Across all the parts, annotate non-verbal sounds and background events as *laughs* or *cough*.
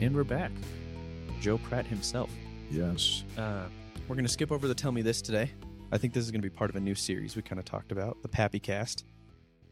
And we're back. Joe Pratt himself. Yes. Uh, we're going to skip over the Tell Me This today. I think this is going to be part of a new series we kind of talked about, the Pappy Cast.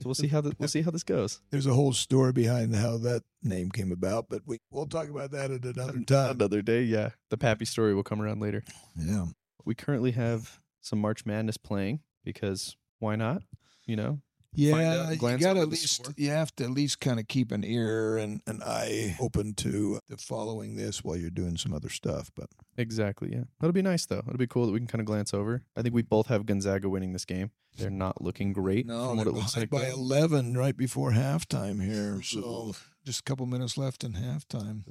So we'll see how the, we'll see how this *laughs* goes. There's a whole story behind how that name came about, but we, we'll talk about that at another time. Another day, yeah. The Pappy story will come around later. Yeah. We currently have some March Madness playing because why not? You know, Yeah, out, you glance got over at the least score. you have to at least kind of keep an ear and an eye open to the following this while you're doing some other stuff. But Exactly. Yeah. That'll be nice though. It'll be cool that we can kind of glance over. I think we both have Gonzaga winning this game. They're not looking great. no, from what they're it looks like. behind by eleven right before halftime here, so just a couple minutes left in halftime.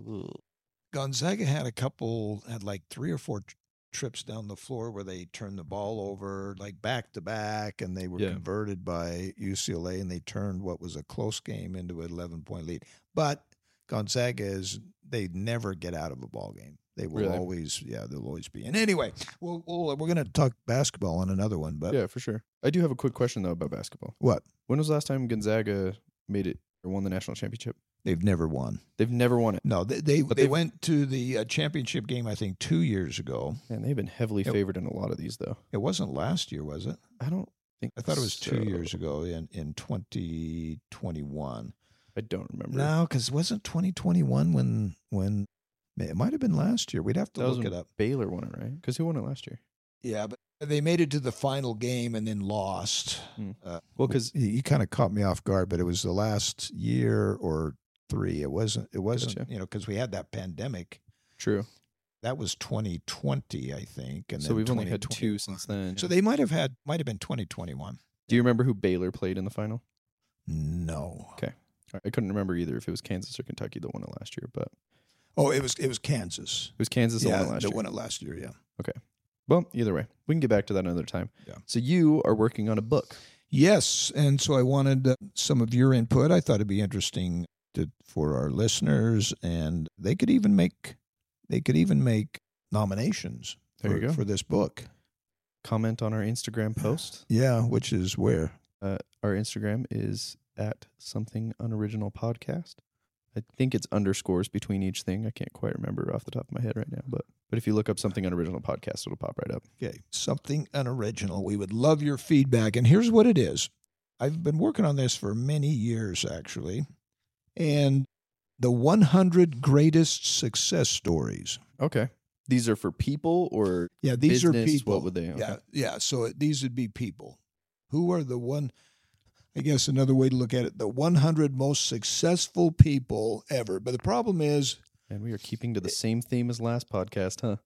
Gonzaga had a couple, had like three or four tr- trips down the floor where they turned the ball over, like back to back, and they were Yeah. converted by UCLA, and they turned what was a close game into an 11 point lead. But Gonzaga is, they never get out of a ball game. They will Really? always, yeah, they'll always be. And anyway, we'll, we'll, we're going to talk basketball on another one, but yeah, for sure. I do have a quick question though about basketball. what? When was the last time Gonzaga made it or won the national championship? They've never won. They've never won it. No, they they, But they they've- went to the uh, championship game, I think, two years ago. And they've been heavily Yep. favored in a lot of these though. It wasn't last year, was it? I don't think I thought it was two so. years ago in, in 2021. I don't remember. No, because wasn't 2021 when when it might have been last year. We'd have to That was look it when up. Baylor won it, right? Because who won it last year? Yeah, but they made it to the final game and then lost. Hmm. Uh, Well, because you you kind of caught me off guard, but it was the last year or three. It wasn't. It wasn't. Gotcha. You know, because we had that pandemic. true. That was 2020, I think. And So then we've only had 2021. two since then. So yeah. they might have had might have been 2021. do you remember who Baylor played in the final? No. I couldn't remember either if it was Kansas or Kentucky that won it last year, but it Oh, it was it was Kansas. was Kansas that won it last they year. won it last year. Yeah. Well, either way, we can get back to that another time. Yeah. So you are working on a book. Yes, and so I wanted uh, some of your input. I thought it'd be interesting to, for our listeners, and they could even make they could even make nominations There for, you go. for this book. Comment on our Instagram post. Yeah, which is where Uh, our Instagram is at something unoriginal podcast. I think it's underscores between each thing. I can't quite remember off the top of my head right now, but but if you look up something unoriginal podcast, it'll pop right up. okay something unoriginal. We would love your feedback, and here's what it is. I've been working on this for many years, actually, and the 100 greatest success stories. Okay. These are for people or Yeah, these are Business, people. what would they- okay. Yeah, yeah. So it- these would be people who are the one. I guess another way to look at it: the 100 most successful people ever. But the problem is, *laughs* and we are keeping to the same theme as last podcast, huh?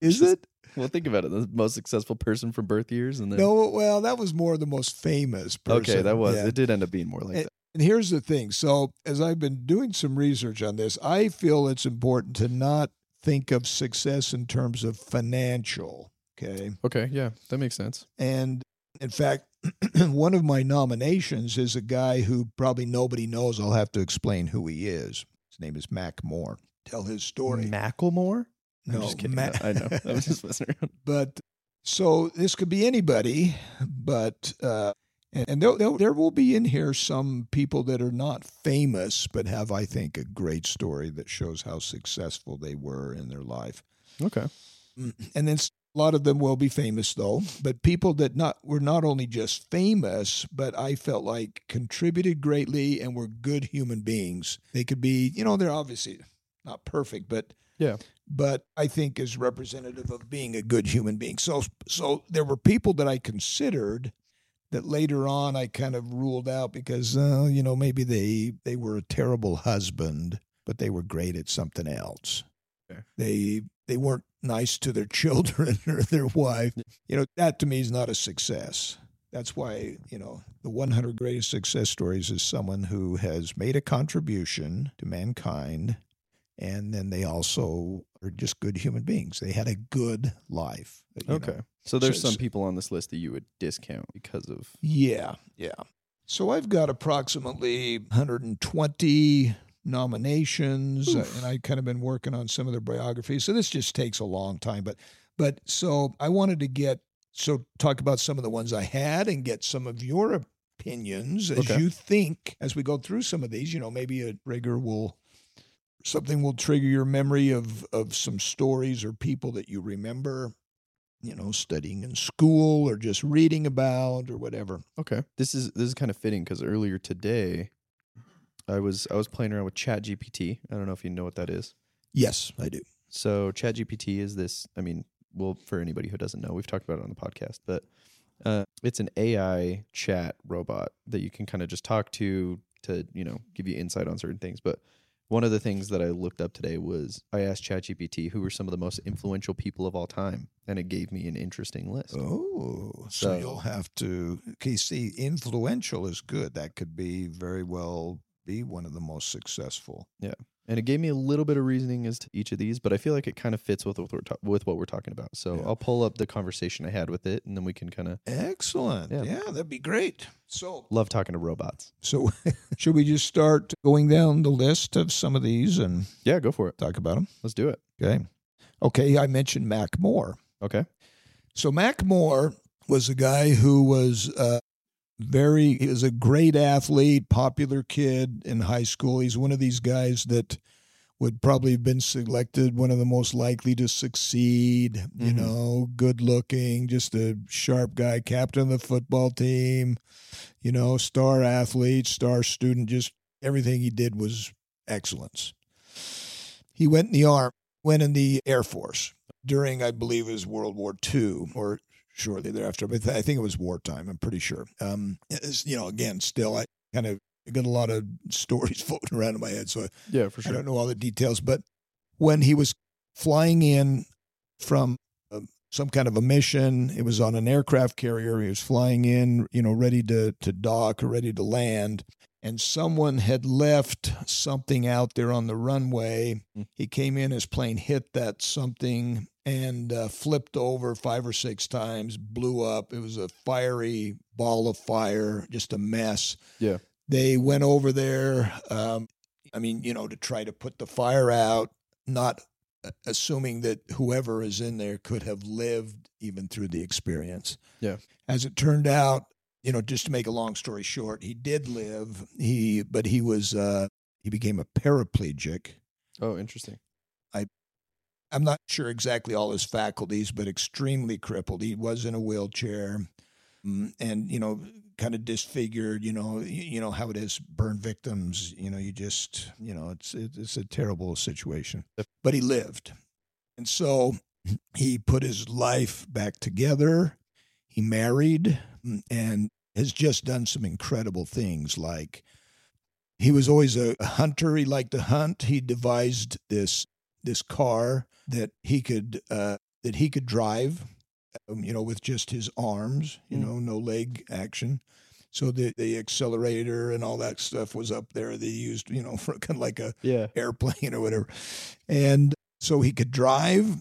is it Well, think about it. The most successful person from birth years and then no? Well, that was more the most famous. Person. Okay, that was. Yeah. It did end up being more like It- that. And here's the thing. So, as I've been doing some research on this, I feel it's important to not think of success in terms of financial. Okay. Okay, yeah. That makes sense. And in fact, *clears throat* one of my nominations is a guy who probably nobody knows. I'll have to explain who he is. His name is Mac Moore. Tell his story. Macklemore? no, I'm just kidding. Ma- I know. I was just messing around. *laughs* but so this could be anybody, but uh, and, and there, there, there will be in here some people that are not famous, but have I think a great story that shows how successful they were in their life. Okay. and then s- a lot of them will be famous though but people that not were not only just famous but i felt like contributed greatly and were good human beings they could be you know they're obviously not perfect but Yeah. but i think is representative of being a good human being so so there were people that i considered that later on i kind of ruled out because uh, you know maybe they they were a terrible husband but they were great at something else Fair. they they weren't nice to their *laughs* children or their wife you know that to me is not a success that's why you know the 100 greatest success stories is someone who has made a contribution to mankind and then they also are just good human beings they had a good life you know. Okay. So there's So- some people on this list that you would discount because of Yeah, yeah. So I've got approximately 120 nominations, uh, Oof. and I kind of been working on some of their biographies. So this just takes a long time, but but so I wanted to get so talk about some of the ones I had and get some of your opinions as Okay. you think as we go through some of these. You know, maybe a rigor will something will trigger your memory of of some stories or people that you remember you know studying in school or just reading about or whatever Okay. This is this is kind of fitting because earlier today, I was I was playing around with ChatGPT. I don't know if you know what that is. yes i do So ChatGPT is this. I mean, well, for anybody who doesn't know, we've talked about it on the podcast, but uh, it's an AI chat robot that you can kind of just talk to to you know give you insight on certain things. But one of the things that I looked up today was I asked ChatGPT who were some of the most influential people of all time, and it gave me an interesting list. oh so, So- you'll have to okay see influential is good that could be very well be one of the most successful And it gave me a little bit of reasoning as to each of these, but I feel like it kind of fits with what we're, ta- with what we're talking about. So Yeah. I'll pull up the conversation I had with it, and then we can kind of excellent Yeah. yeah that'd be great so love talking to robots. so *laughs* should we just start going down the list of some of these and Yeah, go for it. talk about them Let's do it. okay okay i mentioned mac moore Okay. So Mac Moore was a guy who was uh, very he was a great athlete, popular kid in high school. He's one of these guys that would probably have been selected one of the most likely to succeed, you Mhm. know, good looking, just a sharp guy, captain of the football team, you know, star athlete, star student, just everything he did was excellence. He went in the arm, went in the Air Force during, I believe, is World War II or shortly thereafter. But I think it was wartime. I'm pretty sure. Um, it's, you know, again, still, I kind of got a lot of *laughs* stories floating around in my head, so I, Yeah, for I don't know all the details. But when he was flying in from uh, some kind of a mission, it was on an aircraft carrier. He was flying in, you know, ready to to dock or ready to land. And someone had left something out there on the runway Hmm. he came in, his plane hit that something and uh, flipped over five or six times, blew up. It was a fiery ball of fire, just a mess. Yeah. They went over there, um, I mean, you know, to try to put the fire out, not uh, assuming that whoever is in there could have lived even through the experience. Yeah. As it turned out, you know, just to make a long story short, he did live. He, but he was, uh, he became a paraplegic. Oh, interesting. I'm not sure exactly all his faculties, but extremely crippled. He was in a wheelchair, mm, and you know, kind of disfigured. You know, y- you know how it is. Burn victims. You know, you just you know, it's it- it's a terrible situation. But he lived, and so *clears throat* he put his life back together. He married mm, and has just done some incredible things like. He was always a a hunter. He liked to hunt. He devised this this car that he could uh, that he could drive, um, you know, with just his arms, you Mm. know, no leg action. So the the accelerator and all that stuff was up there. They used you know *laughs* for kind of like a Yeah. airplane or whatever, and so he could drive.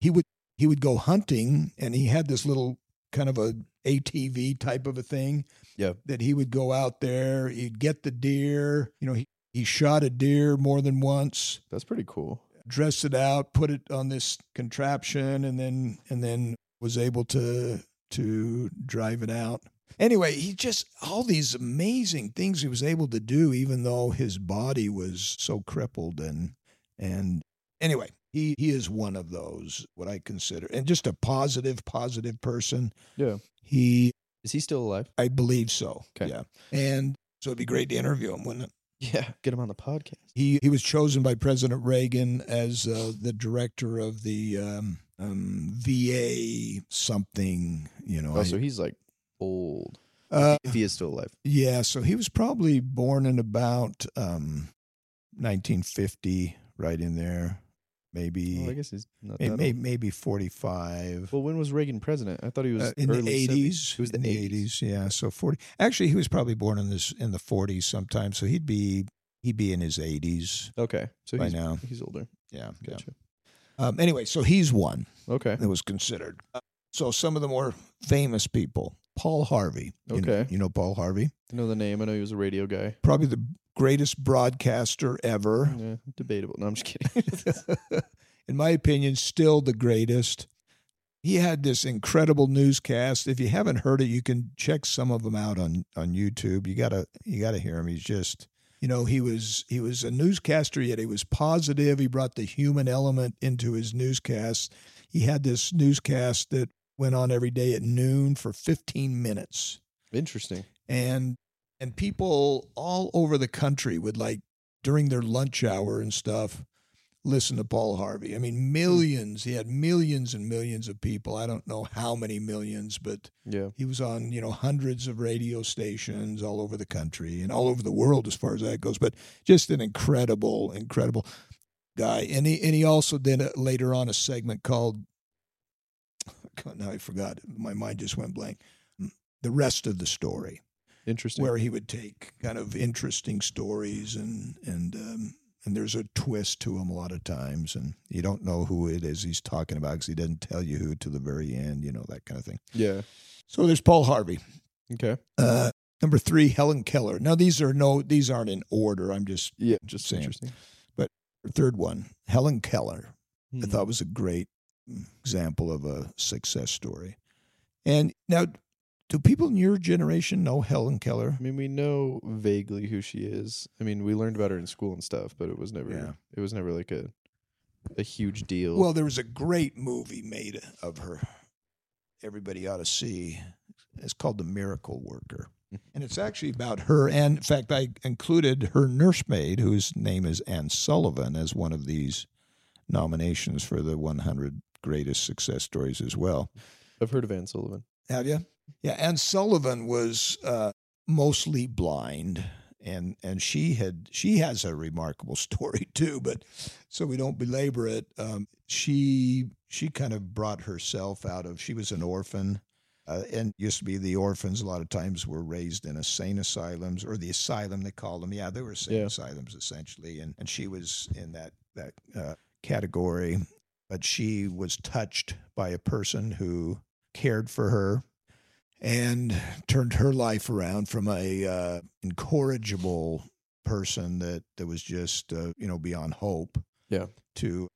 He would he would go hunting, and he had this little kind of a ATV type of a thing. Yeah. that he would go out there. He'd get the deer. You know, he, he shot a deer more than once That's pretty cool. dressed it out, put it on this contraption, and then and then was able to to drive it out. Anyway, he just all these amazing things he was able to do, even though his body was so crippled and and anyway, he he is one of those what I consider and just a positive, positive person. Yeah. He Is he still alive? I believe so. Okay. Yeah. And so it'd be great to interview him, wouldn't it? Yeah. Get him on the podcast. He he was chosen by President Reagan as uh, the director of the um, um, VA something. You know, Oh, I- so he's like old. uh, if he is still *laughs* alive. yeah. So he was probably born in about um, 1950, right in there, Well, Oh, I maybe guess he's not that maybe, old. maybe 45. Well, when was Reagan president? I thought he was Uh, in early the 70s. eighties. It was the in the 80s. eighties, yeah. So forty. Actually, he was probably born in this in the forties sometime. So he'd be he'd be in his eighties Okay. So by he's, now. he's older. Yeah. yeah. Gotcha. Um, anyway, so he's one. Okay. that was considered. Uh, So some of the more famous people, Paul Harvey. You know- Okay. you know Paul Harvey, I know the name. I know he was a radio guy. probably the greatest broadcaster ever. Yeah, debatable. No, I'm just kidding. *laughs* In my opinion, still the greatest. He had this incredible newscast. If you haven't heard it, you can check some of them out on on YouTube. You gotta you gotta hear him. He's just You know, he was he was a newscaster, yet he was positive. He brought the human element into his newscast. He had this newscast that went on every day at noon for 15 minutes. Interesting. And and people all over the country would like during their lunch hour and stuff listen to Paul Harvey. I mean, millions. He had millions and millions of people. I don't know how many millions, but Yeah. he was on, you know, hundreds of radio stations all over the country and all over the world as far as that goes. But just an incredible, incredible guy. And he and he also did a, later on a segment called God, now I forgot. My mind just went blank. The rest of the story Interesting. where he would take kind of interesting stories and and um, and there's a twist to him a lot of times, and you don't know who it is he's talking about because he doesn't tell you who to the very end, you know that kind of thing. yeah. So there's Paul Harvey. Okay. Uh, number three, Helen Keller. Now these are no these aren't in order. I'm just Yeah. Just Same. interesting. her third one, Helen Keller. I Hmm. thought was a great example of a success story. And now, do people in your generation know Helen Keller? I mean, we know vaguely who she is. I mean, we learned about her in school and stuff, but it was never. Yeah. It was never like a a huge deal. Well, there was a great movie made of her. Everybody ought to see. It's called The Miracle Worker. And it's actually about her. And in fact, I included her nursemaid, whose name is Anne Sullivan, as one of these nominations for the 100 greatest success stories as well. I've heard of Anne Sullivan. Have you? Yeah, Anne Sullivan was uh, mostly blind, and and she had she has a remarkable *laughs* story too. But so we don't belabor it. Um, she she kind of brought herself out of. She was an orphan. Uh, and used to be the orphans a lot of times were raised in insane asylums or the asylum they called them yeah they were insane Yeah. asylums essentially and, and she was in that that uh, category but she was touched by a person who cared for her and turned her life around from a uh, incorrigible person that that was just uh, you know beyond hope Yeah. to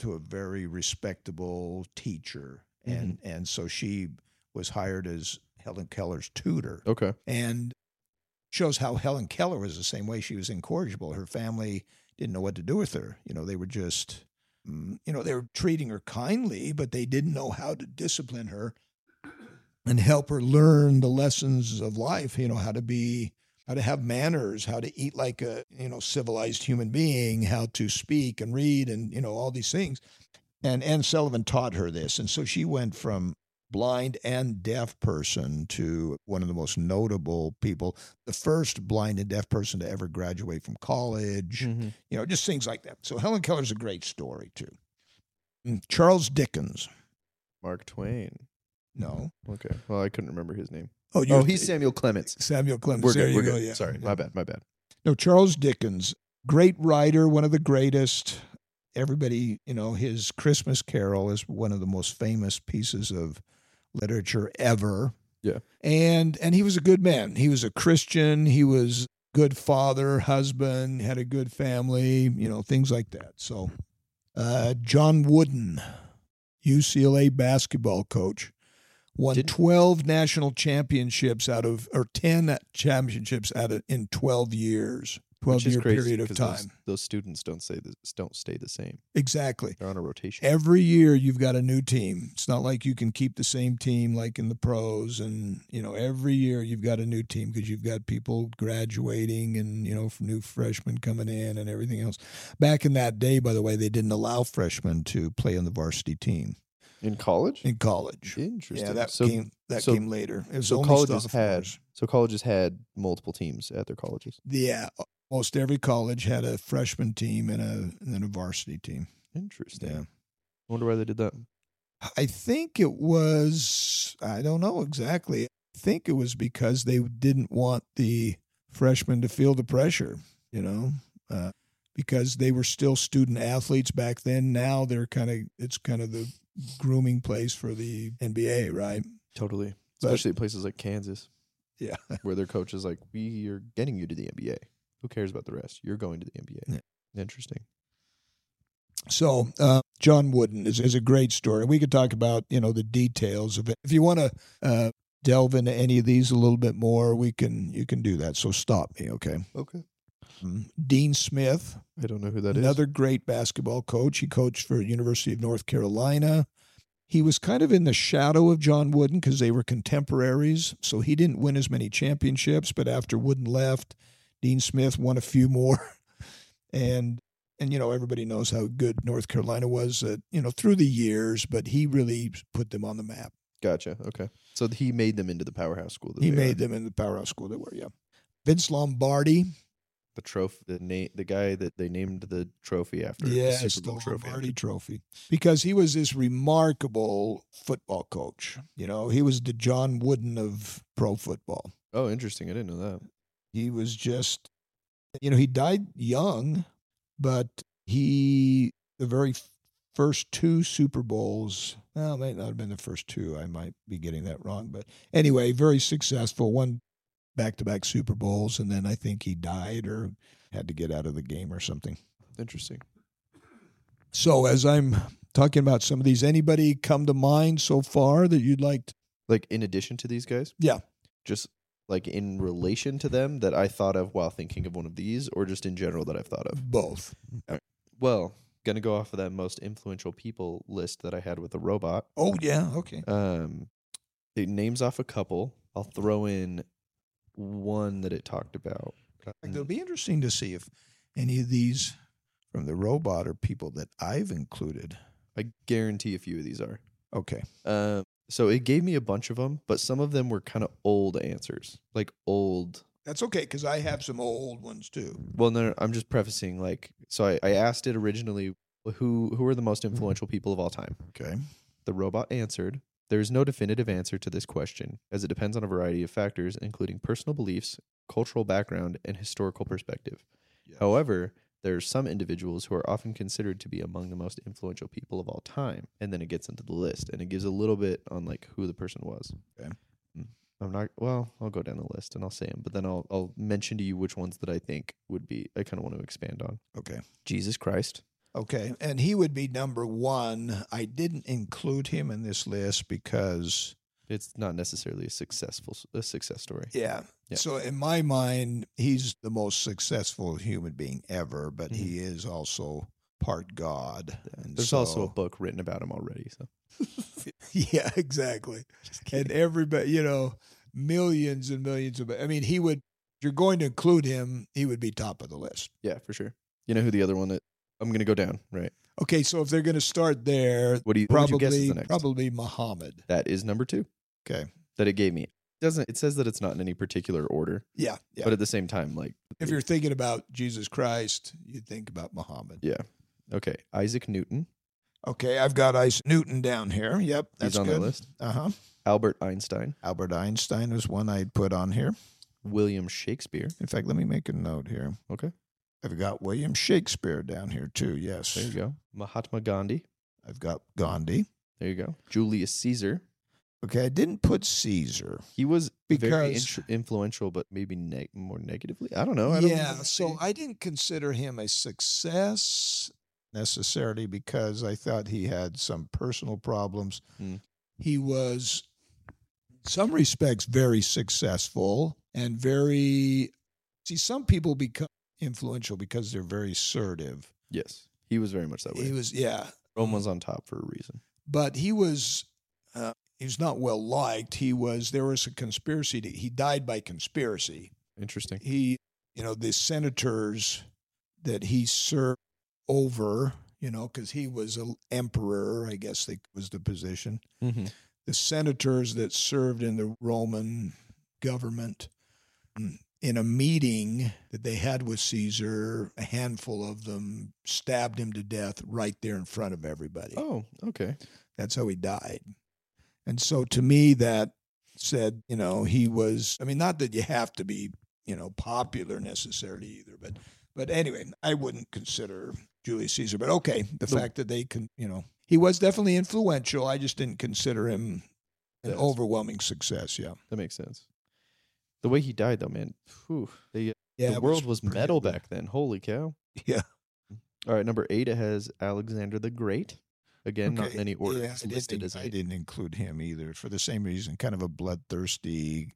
to a very respectable teacher and and so she was hired as Helen Keller's tutor Okay. and shows how Helen Keller was the same way she was incorrigible her family didn't know what to do with her you know they were just mm, you know they were treating her kindly but they didn't know how to discipline her and help her learn the lessons of life you know how to be how to have manners how to eat like a you know civilized human being how to speak and read and you know all these things and anne sullivan taught her this and so she went from blind and deaf person to one of the most notable people the first blind and deaf person to ever graduate from college Mhm. you know, just things like that. So Helen Keller's a great story too. Mm, Charles Dickens. Mark Twain. No. Okay. Well, I couldn't remember his name. Oh, Oh, he's Samuel Clements. Samuel Clemens. We're there good. you We're go. good. Yeah. Sorry. My bad. My bad. No, Charles Dickens, great writer, one of the greatest. Everybody, you know, his Christmas Carol is one of the most famous pieces of literature ever. Yeah. And and he was a good man. He was a Christian, he was good father, husband, had a good family, you know, things like that. So, uh John Wooden, UCLA basketball coach, won Didn't- 12 national championships out of or 10 championships out of in 12 years 12 Which is year crazy period of 'cause time Those, those students don't say this, don't stay the same. exactly They're on a rotation. every year you've got a new team it's not like you can keep the same team like in the pros and you know every year you've got a new team because you've got people graduating and you know new freshmen coming in and everything else back in that day by the way they didn't allow freshmen to play on the varsity team in college. in college Interesting. yeah that so, came that so- came later it was so only colleges had sophomores. so colleges had multiple teams at their colleges. Yeah, almost every college had a freshman team and a and then a varsity team. Interesting. I wonder why they did that. I think it was I don't know exactly. I think it was because they didn't want the freshmen to feel the pressure, you know, uh, because they were still student athletes back then. Now they're kind of it's kind of the grooming place for the NBA, right? Totally. But- Especially at places like Kansas, Yeah. *laughs* where their coach is like, "We are getting you to the NBA. Who cares about the rest? You're going to the NBA." Yeah. Interesting. So uh, John Wooden is, is a great story. We could talk about you know the details of it. If you want to uh, delve into any of these a little bit more, we can you can do that. So stop me, okay? Okay. Um, Dean Smith, I don't know who that is. another great basketball coach. He coached for University of North Carolina. He was kind of in the shadow of John Wooden because they were contemporaries, so he didn't win as many championships. But after Wooden left, Dean Smith won a few *laughs* more, and and you know everybody knows how good North Carolina was, uh, you know, through the years. But he really put them on the map. Gotcha. Okay. So he made them into the powerhouse school. That He they made are. them in the powerhouse school they were. Yeah, Vince Lombardi. the trophy. The name, the guy that they named the trophy after. the Yes, Super Bowl the trophy after. Lombardi Trophy, because he was this remarkable football coach. You know, he was the John Wooden of pro football. Oh, interesting. I didn't know that. He was just, you know, he died young, but he the very f- first two Super Bowls. Well, it might not have been the first two. I might be getting that wrong, but anyway, very successful. One back-to-back Super Bowls, and then I think he died or had to get out of the game or something. Interesting. So, as I'm talking about some of these, anybody come to mind so far that you'd like to? Like in addition to these guys. Yeah. Just like in relation to them that I thought of while thinking of one of these, or just in general that I've thought of. Both. Well, gonna go off of that most influential people list that I had with the robot. Oh, yeah. Okay. Um, it names off a couple. I'll throw in one that it talked about. It'll be interesting to see if any of these from the robot are people that I've included. I guarantee a few of these are. Okay. Um, so it gave me a bunch of them, but some of them were kind of old answers, like old. That's okay because I have some old ones too. Well, no, no, I'm just prefacing. Like, so I, I asked it originally, who who are the most influential people of all time? Okay. The robot answered, There is no definitive answer to this question, as it depends on a variety of factors, including personal beliefs, cultural background, and historical perspective. Yes. However, there are some individuals who are often considered to be among the most influential people of all time. And then it gets into the list and it gives a little bit on like who the person was. Okay. Mm. I'm not well, I'll go down the list and I'll say them, but then I'll I'll mention to you which ones that I think would be I kind of want to expand on. Okay. Jesus Christ. Okay. And he would be number one. I didn't include him in this list because It's not necessarily a successful a success story. Yeah. Yeah. So in my mind, he's the most successful human being ever, but he is also part God. And Mm-hmm. There's also a so- book written about him already. So *laughs* *laughs* yeah, exactly. And everybody, you know, millions and millions of. I mean, he would. If you're going to include him, he would be top of the list. yeah, for sure. You know who the other one that I'm gonna go down, right? Okay, so if they're going to start there, What do you, what would you guess is probably the next? probably Muhammad. That is number two. Okay. That it gave me. It doesn't it says that it's not in any particular order, Yeah, yeah. but at the same time, like if you're thinking about Jesus Christ, you think about Muhammad. yeah, okay, Isaac Newton, Okay, I've got Ice Newton down here. Yep, that's he's on good. the list. Uh huh. Albert Einstein, Albert Einstein was one I'd put on here. William Shakespeare. In fact, let me make a note here. Okay, I've got William Shakespeare down here too. there you Yes. go. Mahatma Gandhi. I've got Gandhi. There you go. Julius Caesar. Okay, I didn't put Caesar. He was very Because- intr- influential, but maybe neg- more negatively. I don't know. I don't yeah, really- so I didn't consider him a success necessarily because I thought he had some personal problems. Mm. He was in some respects very successful and very see some people become influential because they're very assertive. yes, he was very much that way. He was yeah, Rome was on top for a reason. but he was uh, he was not well liked. He was there was a conspiracy. To, he died by conspiracy. Interesting. He you know the senators that he served over you know because he was an emperor I guess that was the position. Mm-hmm. The senators that served in the Roman government mm, in a meeting that they had with Caesar, a handful of them stabbed him to death right there in front of everybody. Oh, okay. That's how he died. And so to me, that said, you know, he was, I mean, not that you have to be, you know, popular necessarily either, but, but anyway, I wouldn't consider Julius Caesar, but okay. The, The- fact that they can, you know, he was definitely influential. I just didn't consider him an Yes. overwhelming success. Yeah. That makes sense. The way he died, though, man. Whew, they- uh, Yeah. the it world was, pretty metal ugly. back then. Holy cow. Yeah. All right, number eight, it has Alexander the Great. Again, not Okay, in any order. Yeah, it's I, listed didn't, as I eight. didn't include him either for the same reason, kind of a bloodthirsty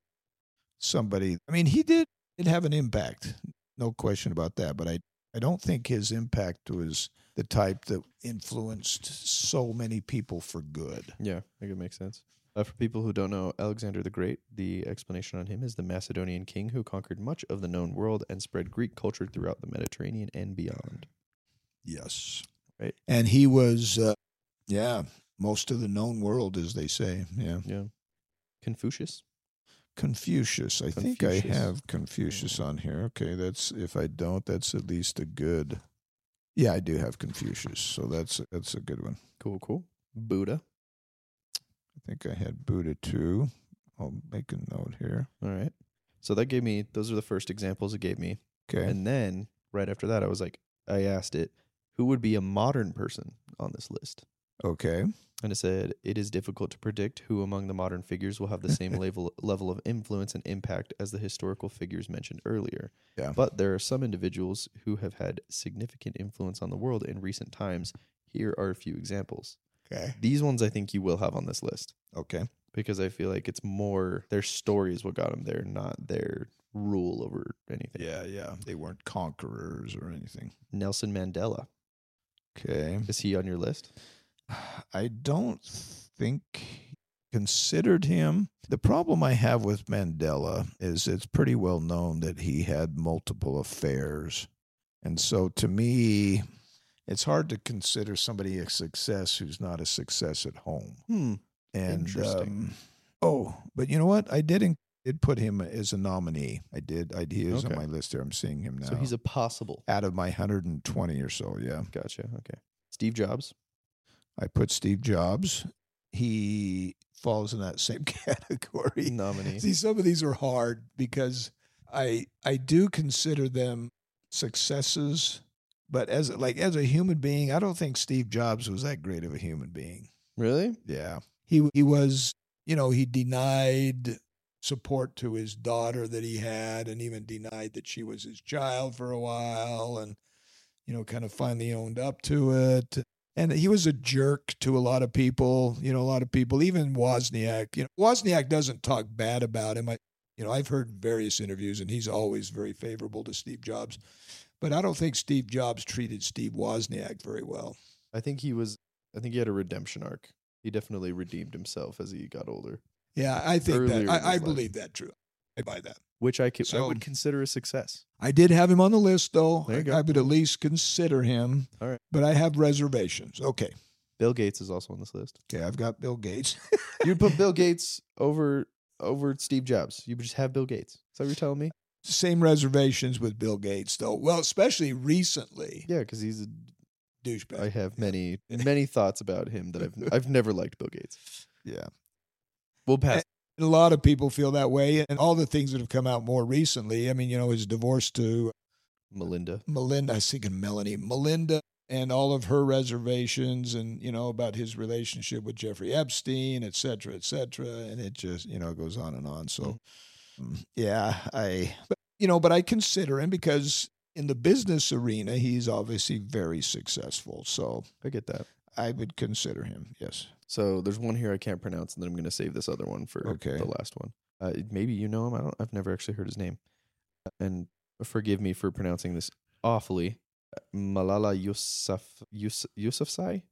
somebody. I mean, he did, did have an impact, no question about that. But I, I don't think his impact was the type that influenced so many people for good. Yeah, I think it makes sense. Uh, for people who don't know, Alexander the Great, the explanation on him is the Macedonian king who conquered much of the known world and spread Greek culture throughout the Mediterranean and beyond. Yes. Right. And he was, uh, yeah, most of the known world, as they say. Yeah. Yeah. Confucius? Confucius. I think I Confucius. have Confucius on here. Okay, that's if I don't, that's at least a good. Yeah, I do have Confucius, so that's that's a good one. Cool, cool. Buddha. I think I had Buddha too. I'll make a note here. All right. So that gave me, those are the first examples it gave me. Okay. And then right after that, I was like, I asked it, who would be a modern person on this list? okay. And it said, it is difficult to predict who among the modern figures will have the *laughs* same level, level of influence and impact as the historical figures mentioned earlier. Yeah. But there are some individuals who have had significant influence on the world in recent times. Here are a few examples. Okay. These ones I think you will have on this list Okay. because I feel like it's more their story is what got them there, not their rule over anything. Yeah, yeah. They weren't conquerors or anything. Nelson Mandela. Okay. Is he on your list? *sighs* I don't think considered him. The problem I have with Mandela is it's pretty well known that he had multiple affairs. And so to me, it's hard to consider somebody a success who's not a success at home. Hmm. And Interesting. um, oh, but you know what? I did in, did put him as a nominee. I did. I, he is Okay. on my list here. I'm seeing him now. So he's a possible. out of my 120 or so. Yeah. Gotcha. Okay. Steve *laughs* Jobs. I put Steve Jobs. He falls in that same *laughs* category. Nominee. See, some of these are hard because I I do consider them successes, but as like as a human being, I don't think Steve Jobs was that great of a human being. Really? Yeah. He he was, you know, he denied support to his daughter that he had and even denied that she was his child for a while and you know, kind of finally owned up to it. And he was a jerk to a lot of people, you know, a lot of people, even Wozniak. You know, Wozniak doesn't talk bad about him. I, you know, I've heard various interviews and he's always very favorable to Steve Jobs. But I don't think Steve Jobs treated Steve Wozniak very well. I think he was. I think he had a redemption arc. He definitely redeemed himself as he got older, Yeah, I think Earlier in that his I, I life. believe that true. I buy that. which I, could, I So- would consider a success. I did have him on the list though. There you I- go. I would at least consider him. All right. But I have reservations. Okay. Bill Gates is also on this list. Okay, I've got Bill Gates. *laughs* You'd put Bill Gates over over Steve Jobs. You would just have Bill Gates. Is that what you're telling me? Same reservations with Bill Gates though. Well, especially recently. Yeah, because he's. A, Douchebag. I *laughs* have many many thoughts about him that I've I've never liked Bill Gates. yeah. We'll pass. And a lot of people feel that way. And all the things that have come out more recently. I mean, you know, his divorce to Melinda. Melinda, I was thinking Melanie, Melinda, and all of her reservations and, you know, about his relationship with Jeffrey Epstein, et cetera, et cetera. And it just, you know, it goes on and on. So, mm, yeah, I, but, you know, but I consider him because in the business arena, he's obviously very successful. So I get that. I would consider him, yes. So there's one here I can't pronounce, and then I'm going to save this other one for Okay. the last one. Uh, maybe you know him. I don't. I've never actually heard his name. And forgive me for pronouncing this awfully. Malala Yousaf, Yous, Yousafzai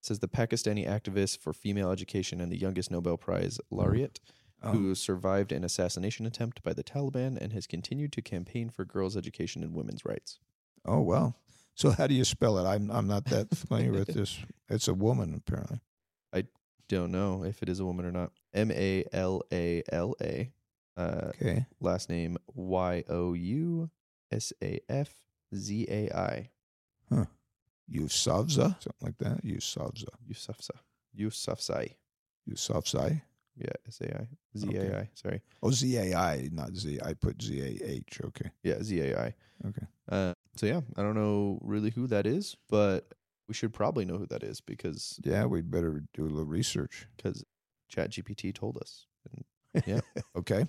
says the Pakistani activist for female education and the youngest Nobel Prize laureate um who survived an assassination attempt by the Taliban and has continued to campaign for girls' education and women's rights. Oh wow! So how do you spell it? I'm I'm not that familiar with this. It's a woman apparently. Don't know if it is a woman or not. M A L A L A. Uh, Okay. last name Y O U S A F Z A I. Yusavza, something like that. Yusavza, Yusufsa. Yusufsai. Yusafzai. Yeah, S A I. Z A I. Sorry. Oh, Z A I, not Z. I put Z A H. Okay. Yeah, Z A I. Okay. Uh, so yeah, I don't know really who that is, but we should probably know who that is because Yeah, we'd better do a little research. because ChatGPT told us, and, Okay.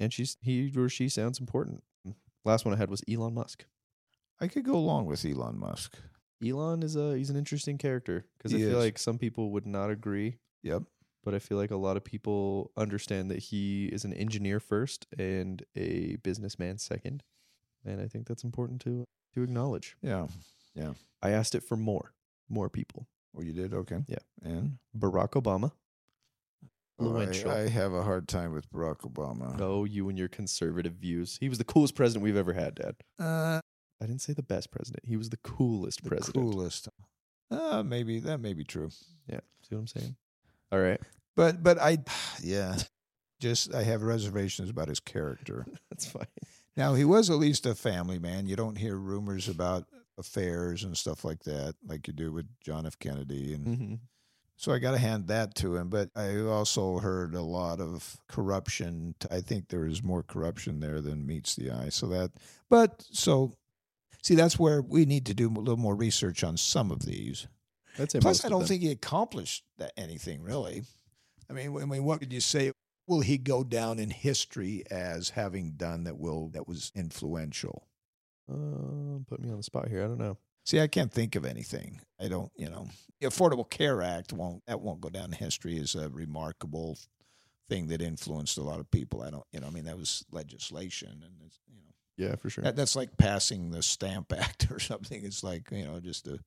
and she's he or she sounds important. Mm, Last one I had was Elon Musk. I could go along with Elon Musk. Elon is a he's an interesting character because I He feel is. like some people would not agree Yep. but I feel like a lot of people understand that he is an engineer first and a businessman second. and I think that's important to to acknowledge. Yeah. I asked it for more, more people. Well, oh, you did? Okay. Yeah. And Barack Obama. Oh, I- Influential. I, have a hard time with Barack Obama. Oh, you and your conservative views. He was the coolest president we've ever had, Dad. uh, I didn't say the best president. He was the coolest the president. coolest. Uh, maybe that may be true. Yeah. See what I'm saying? All right. *laughs* But but I *sighs* Yeah. just I have reservations about his character. That's fine. Now he was at least a family man. You don't hear rumors about affairs and stuff like that, like you do with John F. Kennedy and Mm-hmm. So I got to hand that to him. But I also heard a lot of corruption. I think there is more corruption there than meets the eye. So that, but so, see, that's where we need to do a little more research on some of these. That's it. most Plus, I of don't them. think he accomplished that, anything really. I mean, I mean, what could you say? Will he go down in history as having done that? Will that was influential? Uh, put me on the spot here. I don't know. See, I can't think of anything. I don't, you know, the Affordable Care Act won't that won't go down in history as a remarkable thing that influenced a lot of people. I don't, you know, I mean that was legislation, and it's, you know Yeah, for sure. that, that's like passing the Stamp *laughs* Act or something. It's like you know just a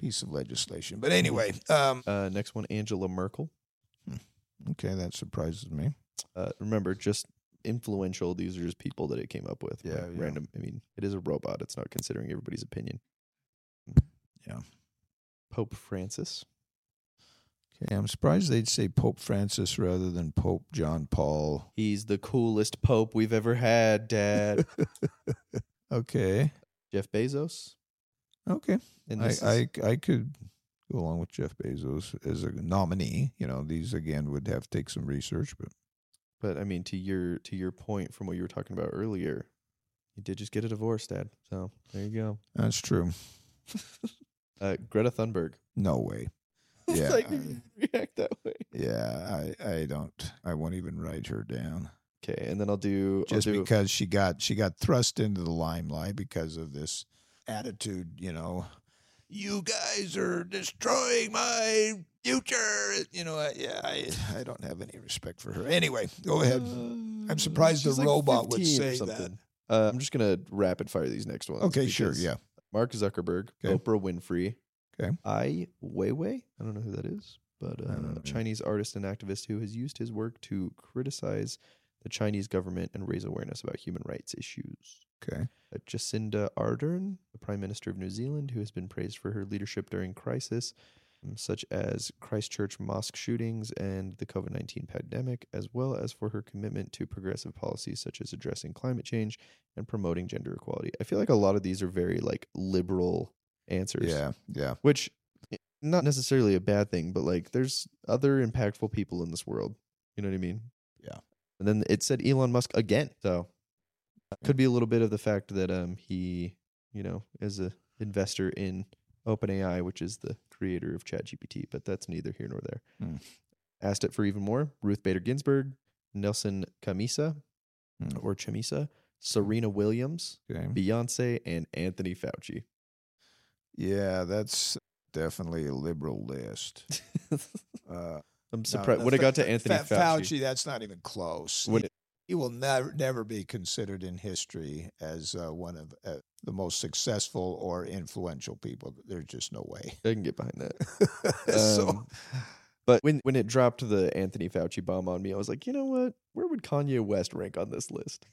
piece of legislation. But anyway, um, Uh, next one, Angela Merkel. okay, that surprises me. Uh, remember, just influential. These are just people that it came up with. Yeah, right? yeah. Random. I mean, it is a robot. It's not considering everybody's opinion. Yeah. Pope Francis. Okay, I'm surprised they'd say Pope Francis rather than Pope John Paul. *laughs* He's the coolest pope we've ever had, Dad. Okay, Jeff Bezos. okay. And I, this is- I I could go along with Jeff Bezos as a nominee. You know, these again would have to take some research, but but I mean, to your to your point from what you were talking about earlier, you did just get a divorce, Dad. So there you go. that's true. Uh, Greta Thunberg. *laughs* No way. It's Yeah, like, I- you react that way. yeah, I I don't. I won't even write her down Okay, and then I'll do just I'll do, because she got she got thrust into the limelight because of this attitude. You know, you guys are destroying my future. You know, I, yeah, I I don't have any respect for her. Anyway, go ahead. Uh, I'm surprised the She's like robot would 15 or say that. something. Uh, I'm just gonna rapid fire these next ones. Okay, sure, because yeah. Mark Zuckerberg, Okay. Oprah Winfrey, Okay. Ai Weiwei. I don't know who that is, but uh, don't know, a yeah. Chinese artist and activist who has used his work to criticize the Chinese government and raise awareness about human rights issues. Okay. Uh, Jacinda Ardern, the Prime Minister of New Zealand, who has been praised for her leadership during crisis, um, such as Christchurch mosque shootings and the COVID 19 pandemic, as well as for her commitment to progressive policies such as addressing climate change and promoting gender equality. I feel like a lot of these are very like liberal answers, Yeah, yeah. which eh, not necessarily a bad thing, but like there's other impactful people in this world. You know what I mean? Yeah. And then it said Elon Musk again. So could be a little bit of the fact that um he, you know, is a investor in OpenAI, which is the creator of ChatGPT, but that's neither here nor there. Hmm. Asked it for even more. Ruth Bader Ginsburg, Nelson Camisa Hmm. or Chamisa, Serena Williams, Okay. Beyonce, and Anthony Fauci. *laughs* Yeah, that's definitely a liberal list. Uh, I'm no, surprised no, when it Fa- got to Fa- Anthony Fa- Fauci. That's not even close. When he, he will never, never be considered in history as uh, one of uh, the most successful or influential people. There's just no way. *laughs* I can get behind that. so, Um, But when when it dropped the Anthony Fauci bomb on me, I was like, you know what? Where would Kanye West rank on this *laughs* list?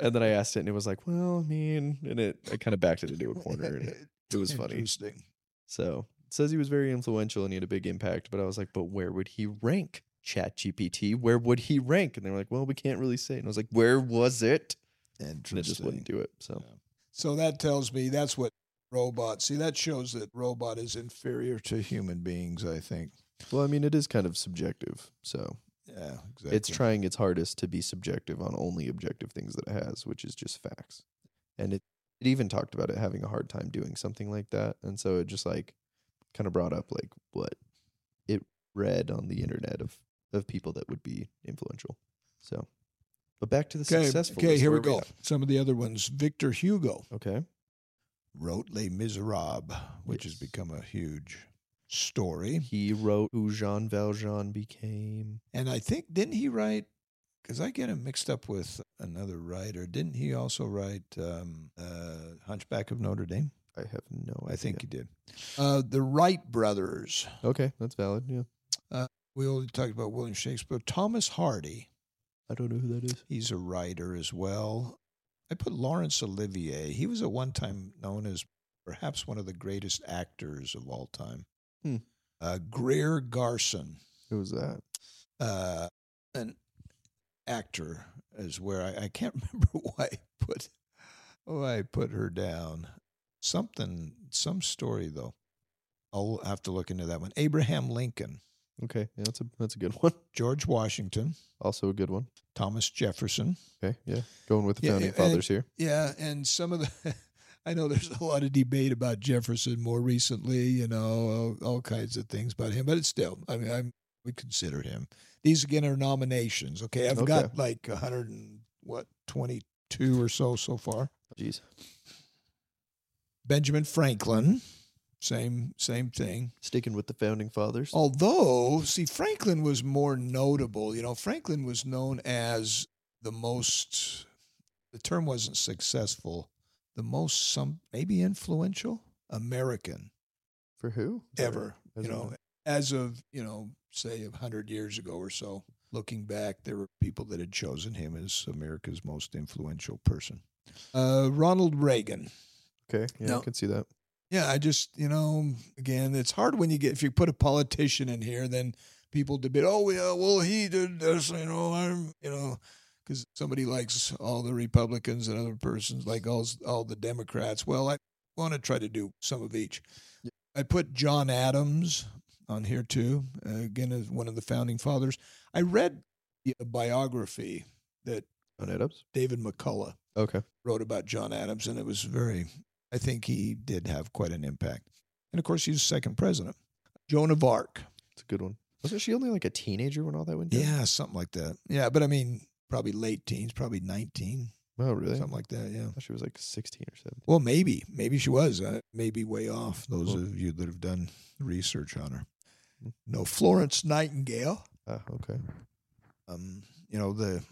and then I asked it, and it was like, well, I mean, and it I kind of backed it into a corner, and *laughs* it, it was funny. Interesting. So it says he was very influential and he had a big impact, but I was like, but where would he rank? Chat GPT, where would he rank? And they were like, well, we can't really say. And I was like, where was it? Interesting. And it just wouldn't do it. So Yeah. So that tells me that's what robot. See, that shows that robot is inferior to human beings. I think. well, I mean, it is kind of subjective. So Yeah, exactly. it's trying its hardest to be subjective on only objective things that it has, which is just facts. And it, it even talked about it having a hard time doing something like that. And so it just like kind of brought up like what it read on the internet of, of people that would be influential. So, but back to the Okay, successful. okay list, here we where go. at? Some of the other ones. Victor Hugo Okay. wrote Les Miserables, which Yes. has become a huge story. He wrote who Jean Valjean became. And I think, didn't he write because I get him mixed up with another writer. Didn't he also write um, uh, Hunchback of Notre Dame? I have no idea. I think he did. Uh, the Wright brothers. Okay, that's valid. Yeah. We already talked about William Shakespeare. Thomas Hardy. I don't know who that is. He's a writer as well. I put Laurence Olivier. He was at one time known as perhaps one of the greatest actors of all time. Hmm. Uh, Greer Garson, Who was that? uh, an actor, is where I, I can't *laughs* remember why I put oh I put her down. Something, some story though. I'll have to look into that one. Abraham Lincoln, Okay, yeah, that's a that's a good *laughs* one. George Washington, Also a good one. Thomas Jefferson. Okay, yeah, going with the Yeah, founding and- fathers here. Yeah, and some of the, *laughs* I know there's a lot of debate about Jefferson more recently. You know, all, all kinds of things about him, but it's still, I mean, I'm we consider him. These again are nominations. Okay, I've Okay. got like 100 and what 22 or so so far. Jeez, Benjamin Franklin, same same thing. sticking with the founding fathers. Although, see, Franklin was more notable. You know, Franklin was known as the most, the term wasn't successful, the most, some maybe influential American For who? Sorry. ever. You As know, in- as of, you know, say a 100 years ago or so, looking back, there were people that had chosen him as America's most influential person. Uh, Ronald Reagan. Okay, yeah, No. I can see that. Yeah, I just, you know, again, it's hard when you get, if you put a politician in here, then people debate, oh, yeah, well, he did this, you know, I'm, you know, because somebody likes all the Republicans and other persons like all, all the Democrats. Well, I want to try to do some of each. I put John Adams on here too, uh, again, as one of the founding fathers. I read a biography that On Adams. David McCullough Okay, wrote about John Adams, and it was very, I think he did have quite an impact. And of course, he's second president. Joan of Arc. it's a good one. Wasn't she only like a teenager when all that went down? Yeah, something like that. Yeah, but I mean, probably late teens, probably 19, Oh, really? something like that. Yeah. I thought she was like sixteen or seventeen. Well, maybe, maybe she was. Uh, maybe way off, those Well- of you that have done research on her. Hmm. No, Florence Nightingale, Ah, okay. um, you know, the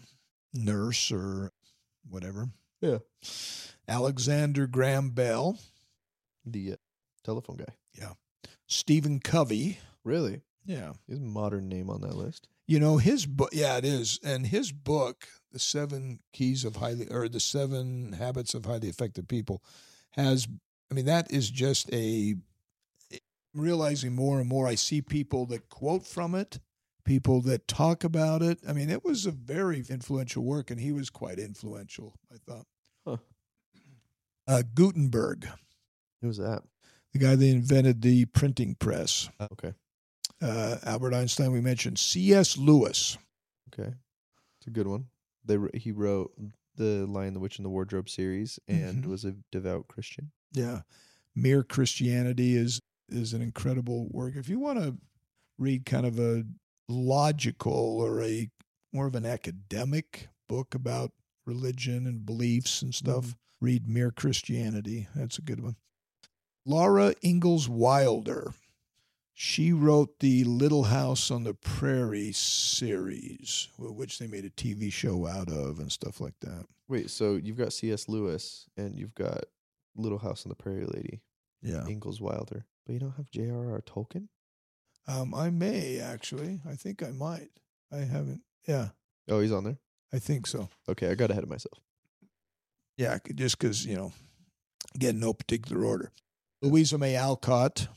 nurse or whatever. Yeah. Alexander Graham Bell, The uh, telephone guy. Stephen Covey. Really? Yeah. His modern name on that list. You know his book. Yeah, it is. And his book, "The Seven Keys of Highly" or "The Seven Habits of Highly Effective People," has. I mean, that is just a. eh, Realizing more and more, I see people that quote from it, people that talk about it. I mean, it was a very influential work, and he was quite influential. I thought. Huh. Uh, Gutenberg, Who's that? the guy that invented the printing press, Ah, okay, uh, Albert Einstein. We mentioned C.S. Lewis. okay. It's a good one. They wr- he wrote the Lion, the Witch, and the Wardrobe series, and Mhm. was a devout Christian. Yeah. Mere Christianity is is an incredible work. If you want to read kind of a logical or a more of an academic book about religion and beliefs and stuff, read Mere Christianity. That's a good one. Laura Ingalls Wilder. She wrote the Little House on the Prairie series, wh- which they made a TV show out of and stuff like that. Wait, so you've got C.S. Lewis, and you've got Little House on the Prairie Lady, Yeah. Ingalls Wilder, but you don't have J.R.R. Tolkien. Um, I may actually. I think I might. I haven't. Yeah, Oh, he's on there. I think so. Okay, I got ahead of myself. Yeah, c- just because you know, again, no particular order. Louisa May Alcott,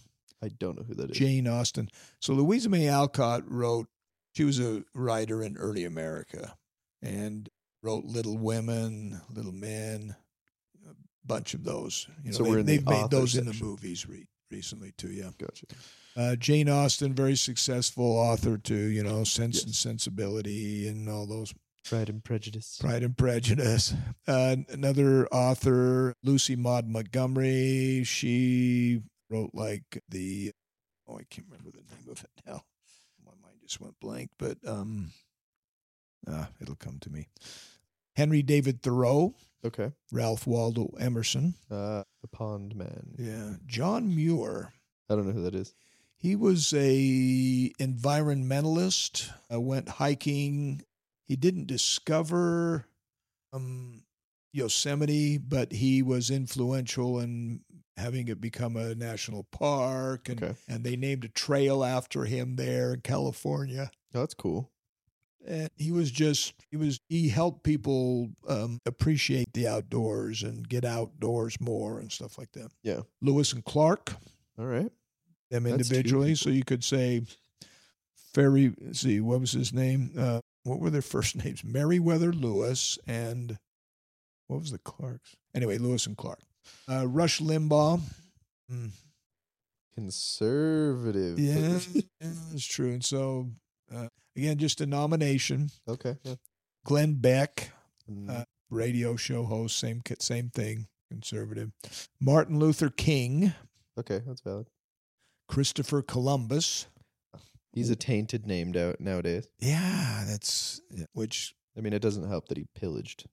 I don't know who that is. Jane Austen. So Louisa May Alcott wrote. She was a writer in early America, and wrote Little Women, Little Men, a bunch of those. You know, So they, we're in the they've made author those in the section. movies re- recently too. Yeah. gotcha. Uh, Jane Austen, very successful author too. You know, Sense and Yes. Sensibility and all those. Pride and Prejudice. Pride and Prejudice. Uh, another author, Lucy Maud Montgomery, she wrote like the, oh, I can't remember the name of it now. My mind just went blank, but um, ah, it'll come to me. Henry David Thoreau, Okay. Ralph Waldo Emerson. Uh, the Pond Man. Yeah. John Muir. I don't know who that is. He was a environmentalist. uh, went hiking he didn't discover um, Yosemite, but he was influential in having it become a national park, and Okay. and they named a trail after him there in California. Oh, that's cool. And he was just he was he helped people um, appreciate the outdoors and get outdoors more and stuff like that. Yeah. Lewis and Clark, All right. them That's two individually, so you could say Ferry. let's See what was his name? Uh, what were their *laughs* first names? Meriwether Lewis and what was the Clarks? Anyway, Lewis and Clark. Uh, Rush Limbaugh. Mm, Conservative. yeah, *laughs* yeah, that's true. And so, uh, again, just a nomination. okay. Yeah. Glenn Beck, Mm, radio show host, same ki- same thing, conservative. Martin Luther King, okay. That's valid. Christopher Columbus. He's a tainted name now- nowadays. Yeah, that's which. I mean, it doesn't help that he pillaged.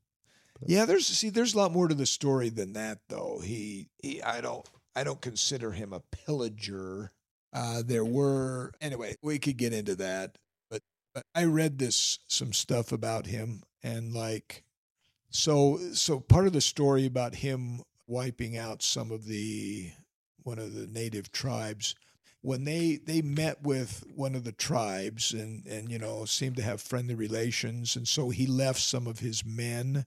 Yeah, there's see, there's a lot more to the story than that, though. He, he I don't, I don't consider him a pillager. Uh, there were anyway, we could get into that, but but I read this some stuff about him and like, so so part of the story about him wiping out some of the one of the native tribes when they they met with one of the tribes and and you know seemed to have friendly relations and so he left some of his men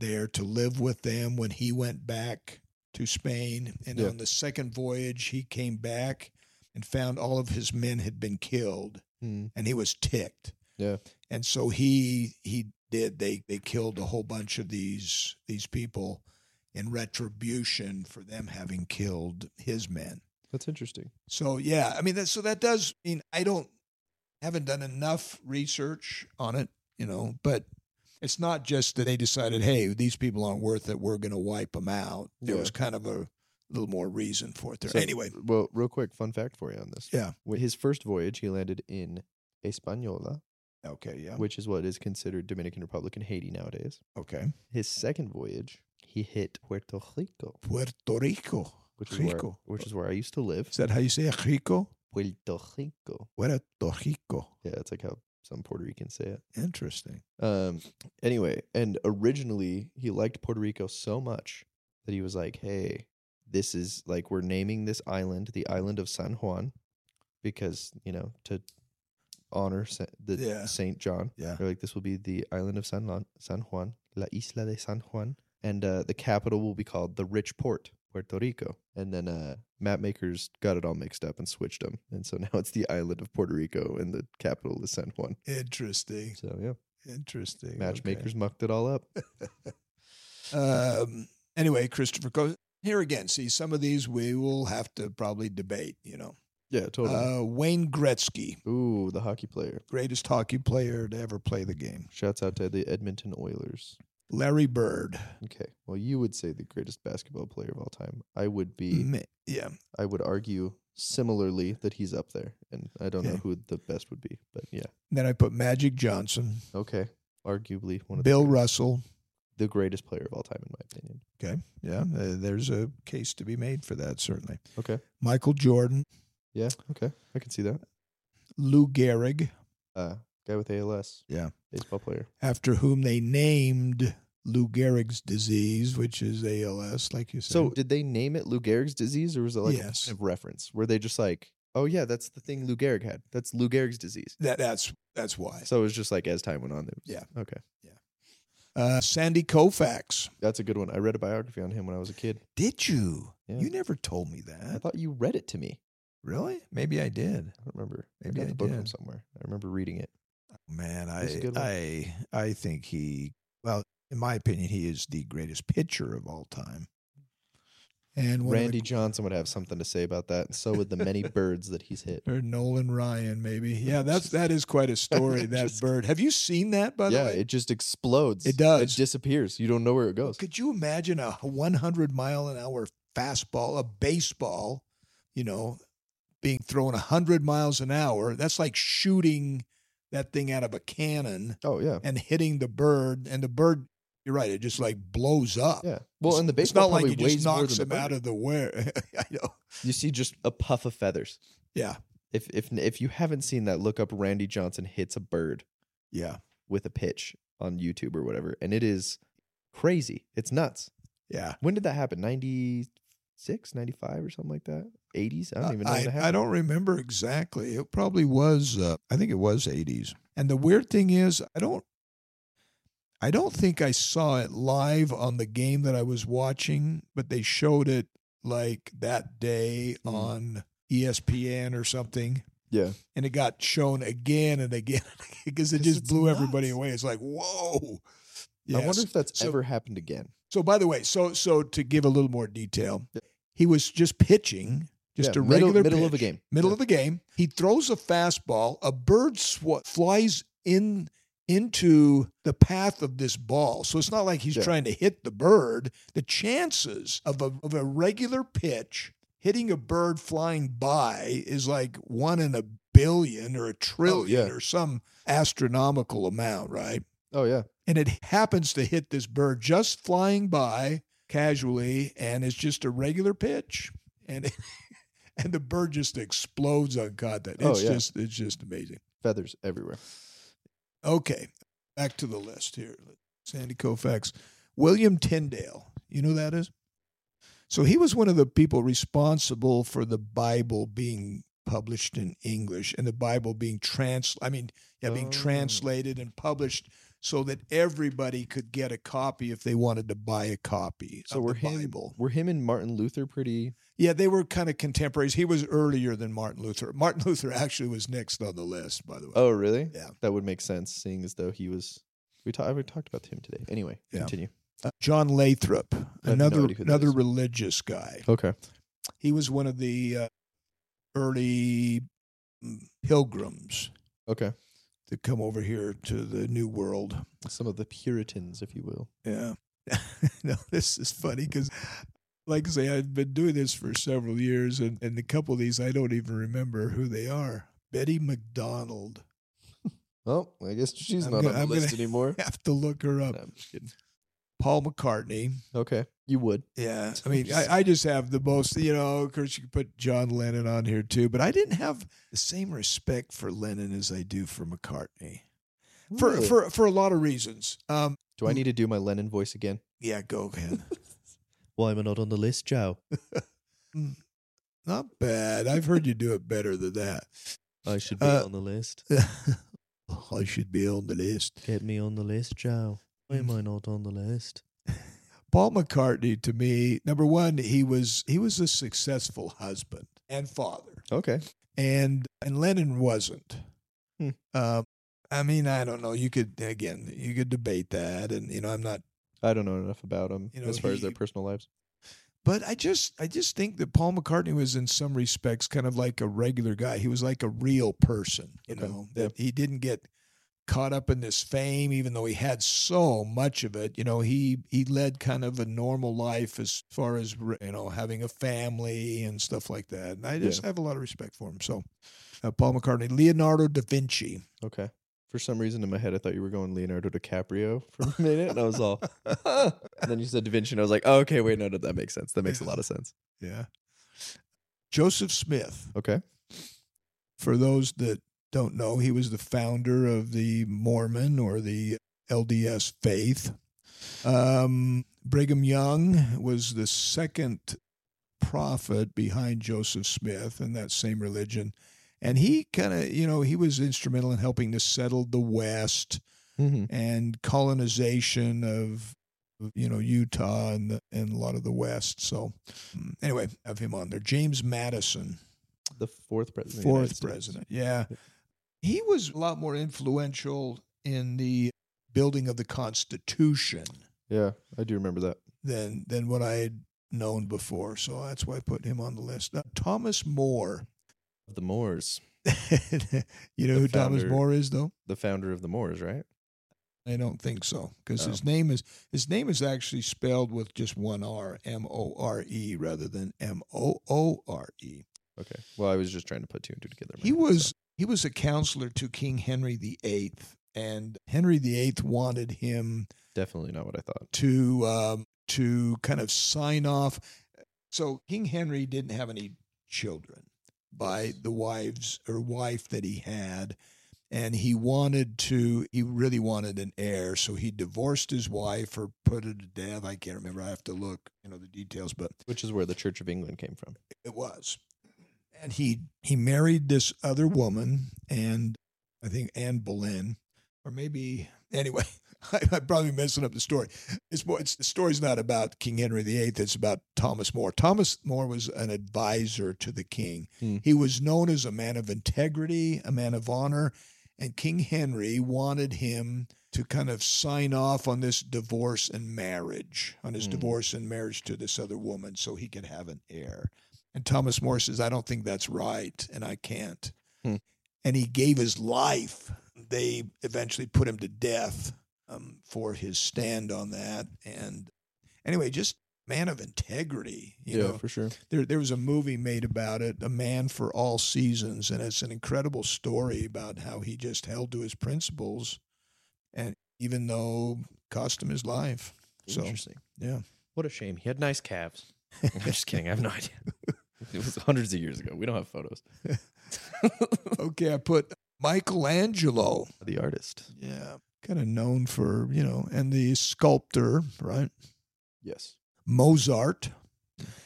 there to live with them when he went back to Spain and Yeah. on the second voyage he came back and found all of his men had been killed Mm, and he was ticked. Yeah. And so he he did they they killed a whole bunch of these these people in retribution for them having killed his men. that's interesting. So yeah, I mean that so that does mean I don't haven't done enough research on it, you know, but it's not just that they decided, hey, these people aren't worth it, we're going to wipe them out. There Yeah. was kind of a little more reason for it there. So, anyway, Well, real quick, fun fact for you on this. Yeah. Wh- His first voyage, he landed in Española, okay, yeah. which is what is considered Dominican Republic and Haiti nowadays. Okay. His second voyage, he hit Puerto Rico, Puerto Rico. which is, where, Rico. which is where I used to live. Is that how you say it? Rico? Puerto Rico. Puerto Rico. Yeah, it's like how some Puerto Ricans say it. Interesting. Um, anyway, and originally he liked Puerto Rico so much that he was like, "Hey, this is like we're naming this island the island of San Juan because you know to honor Sa- the Yeah. Saint John. Yeah. They're like this will be the island of San Juan, San Juan, La Isla de San Juan, and uh, the capital will be called the Rich Port, Puerto Rico. And then uh, map makers got it all mixed up and switched them, and so *laughs* now it's the island of Puerto Rico and the capital is San Juan. Interesting. So yeah. Interesting. Matchmakers mucked it all up. Okay. Um, anyway, Christopher Coe. Here again, see, some of these we will have to probably debate, you know. *laughs* Yeah, totally. Uh, Wayne Gretzky, Uh, Ooh, the hockey player. greatest hockey player to ever play the game. Shouts out to the Edmonton Oilers. Larry Bird. Okay. Well, you would say the greatest basketball player of all time. I would be. Ma- Yeah. I would argue similarly that he's up there, and I don't know Okay. who the best would be, but yeah. Then I put Magic Johnson, Okay. Arguably one of Bill the, Russell. the greatest player of all time, in my opinion. Okay. Yeah. uh, there's a case to be made for that, certainly. Okay. Michael Jordan, Yeah. Okay. I can see that. Lou Gehrig, Uh, guy with ALS. Yeah. Baseball player. after whom they named Lou Gehrig's disease, which is ALS, like you said. So, did they name it Lou Gehrig's disease, or was it like a Yes. point of reference? Were they just like, oh yeah, that's the thing Lou Gehrig had. That's Lou Gehrig's disease. that that's that's why. So it was just like as time went on. It was, Yeah. Okay. Uh, Sandy Koufax. That's a good one. I read a biography on him when I was a kid. Did you? Yeah. You never told me I that. thought you read it to me. Really? Maybe I did. I don't remember. Maybe I got I the book from did. somewhere. I remember reading it. Man, He's a I good one. I I think he well, in my opinion, he is the greatest pitcher of all time. And one of the- Randy Johnson would have something to say about that, and so would the *laughs* many birds that he's hit. or Nolan Ryan, *laughs* maybe. Yeah, that's that is quite *laughs* a story. That Just- bird. Have you seen that? By yeah, the way, it just explodes. It does. It disappears. You don't know where it goes. Could you imagine a 100 mile an hour fastball, a baseball, you know, being thrown 100 miles an hour? That's like shooting that thing out of a cannon Oh yeah. and hitting the bird. And the bird, you're right, it just like blows up. Yeah. Well, and the It's baseball not like probably it just weighs more knocks than the him out bird. of the way. *laughs* I know. You see just a puff of feathers. Yeah. If if if you haven't seen that, look up Randy Johnson hits a bird. Yeah. with a pitch on YouTube or whatever, and it is crazy. It's nuts. Yeah. When did that happen? 96, 95 or something like that? 80s? I don't even know when it happened. I, I don't remember exactly. It probably was. Uh, I think it was 80s. And the weird thing is, I don't. I don't think I saw it live on the game that I was watching, but they showed it like that day Mhm. on E ESPN or something. Yeah. And it got shown again and again *laughs* because it 'Cause just it's blew everybody nuts. away. It's like, whoa. I wonder Yes. if that's So- ever happened again. So by the way, so so to give a little more detail, he was just pitching, just Yeah, a middle, regular middle of a pitch, game. middle Yeah. of the game. He throws a fastball. A bird sw- flies in into the path of this ball. So it's not like he's Yeah. trying to hit the bird. The chances of a of a regular pitch hitting a bird flying by is like one in a billion or a trillion or some astronomical amount, right? Oh yeah. and it happens to hit this bird just flying by casually and it's just a regular pitch and *laughs* and the bird just explodes on contact Oh, it's yeah. just it's just amazing Feathers everywhere. okay back to the list here sandy koufax william tyndale you know who that is so he was one of the people responsible for the bible being published in english and the bible being trans i mean yeah, being Oh. translated and published so that everybody could get a copy if they wanted to buy a copy So of we're the him, Bible. we're him and Martin Luther pretty Yeah, they were kind of contemporaries. He was earlier than Martin Luther. Martin *laughs* Luther actually was next on the list, by the way. Oh really? Yeah. That would make sense, seeing as though he was we talked we talked about him today. Anyway, Yeah. continue. Uh, John Lathrop, no another idea who that another is. religious guy. Okay. He was one of the uh, early mm, pilgrims Okay. to come over here to the New World. Some of the Puritans, if you will. Yeah. *laughs* no, this is funny because, like I say, I've been doing this for several years, and, and a couple of these I don't even remember who they are. Betty McDonald. *laughs* Well, I guess she's I'm not gonna- on the I'm gonna- list *laughs* anymore. I have to look her No, up. I'm just kidding. Paul McCartney. Okay. You would. Yeah. I mean, I, I just have the most, you know, of course, you could put John Lennon on here too, but I didn't have the same respect for Lennon as I do for McCartney for, Really? for, for a lot of reasons. Um, Do I need to do my Lennon voice again? yeah, go *laughs* ahead. Why am I not on the list, Joe? Not bad. I've heard you do it better than that. *laughs* I should be Uh, on the list. I should be on the list. Get me on the list, Joe. Why am I not on the list? Paul McCartney to me, number one, he was he was a successful husband and father, Okay. and and Lennon wasn't. Hmm. Uh, I mean, I don't know. You could again, you could debate that, and you know, I'm not. I don't know enough about them You know, as far as their he- personal lives. But I just I just think that Paul McCartney was in some respects kind of like a regular guy. He was like a real person, you Okay. know. That he didn't get caught up in this fame even though he had so much of it. You know, he he led kind of a normal life as far as you know, having a family and stuff like that. And I just have a lot of respect for him. So uh, Paul McCartney, Leonardo da Vinci. Okay. For some reason in my head, I thought you were going Leonardo DiCaprio for a minute, and I was *laughs* all. "Huh." And then you said Da Vinci, and I was like, oh, okay, wait, no, no, that makes sense. That makes a lot of sense. Yeah. Joseph Smith. Okay. For those that don't know, he was the founder of the Mormon or the LDS faith. Um, Brigham Young was the second prophet behind Joseph Smith in that same religion. And he kind of, you know, he was instrumental in helping to settle the West Mm-hmm. and colonization of, you know, Utah and, the, and a lot of the West. So, mm, anyway, have him on there. James Madison The fourth president. of the United fourth States. president. Yeah. He was a lot more influential in the building of the Constitution Yeah, I do remember that. than than what I had known before. So that's why I put him on the list. Uh, Thomas More. *laughs* The Moors, you know The who Thomas founder. More is though? the founder of the Moors, right? I don't think so because Oh. his name is his name is actually spelled with just one R, M O R E rather than M O O R E. Okay. Well, I was just trying to put two and two together. in my He head, so- was he was a counselor to King Henry VIII, and Henry VIII wanted him definitely not what I thought. to um, to kind of sign off. So King Henry didn't have any children by the wives or wife that he had, and he wanted to he really wanted an heir so he divorced his wife or put her to death i can't remember i have to look you know the details but which is where the Church of England came from. it was and he he married this other woman and i think anne boleyn or maybe anyway *laughs* I, i'm probably messing up the story it's, more- it's the story's not about king henry viii it's about thomas more thomas more was an advisor to the king Hmm. he was known as a man of integrity a man of honor and king henry wanted him to kind of sign off on this divorce and marriage on his Hmm. divorce and marriage to this other woman so he could have an heir and Thomas More says, I don't think that's right, and I can't. Hmm. And he gave his life. They eventually put him to death um, for his stand on that. And anyway, just man of integrity. You know, for sure. there there was a movie made about it, A Man for All Seasons, and it's an incredible story about how he just held to his principles, and even though it cost him his life. So Interesting. *laughs* yeah. What a shame. He had nice *laughs* calves. I'm just kidding. I have no idea. It was hundreds of years ago. We don't have photos. Okay, I put Michelangelo. the artist. Yeah. Kind of known for, you know, and the sculptor, right? Yes. Mozart.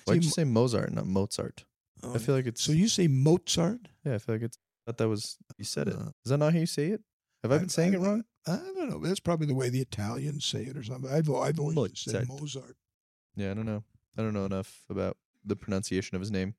Why'd See, you say Mozart, not Mozart? I feel like it's. so you say Mozart? yeah, I feel like it's. I thought that was. You said it. Uh, Is that not how you say it? Have I been I- saying I- it wrong? I don't know. That's probably the way the Italians say it or something. I've, I've always said Mozart. Mozart. Yeah, I don't know. I don't know enough about the pronunciation of his name.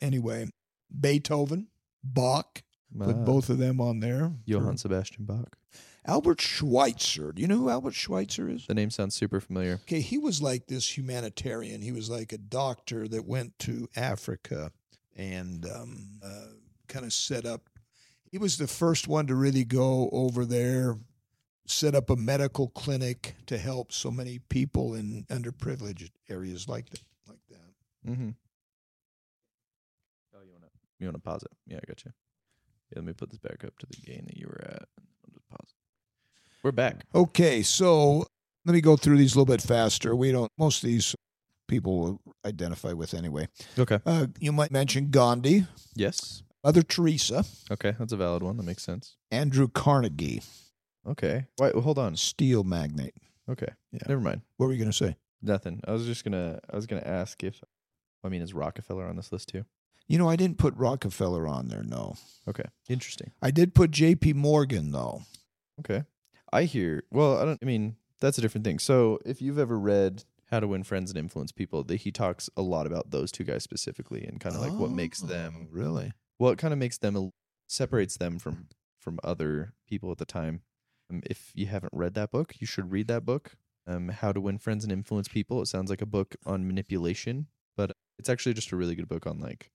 Anyway, Beethoven, Bach, put both of them on there. Ah. Johann Sebastian Bach. Albert Schweitzer. Do you know who Albert Schweitzer is? The name sounds super familiar. Okay, he was like this humanitarian. He was like a doctor that went to Africa and um, uh, kind of set up. He was the first one to really go over there, set up a medical clinic to help so many people in underprivileged areas like that. Like that. Mm-hmm. Oh, you want to you want to pause it? Yeah, I got you. Yeah, let me put this back up to the gain that you were at. I'll just pause. We're back. Okay, so let me go through these a little bit faster. We don't. Most of these people will identify with anyway. Okay. Uh, you might mention Gandhi, Yes. Mother Teresa, Okay, that's a valid one. That makes sense. Andrew Carnegie, Okay. Wait, well, hold on. steel magnate. Okay. Yeah. Never mind. What were you going to say? Nothing. I was just gonna. I was gonna ask if. I mean, is Rockefeller on this list too? You know, I didn't put Rockefeller on there, no. Okay. Interesting. I did put JP Morgan, though. Okay. I hear. Well, I don't. I mean, that's a different thing. So, if you've ever read How to Win Friends and Influence People, that he talks a lot about those two guys specifically and kind of like what makes Oh, them Really? well it kind of makes them a- separates them from from other people at the time um, if you haven't read that book you should read that book um, how to win friends and influence people it sounds like a book on manipulation but it's actually just a really good book on like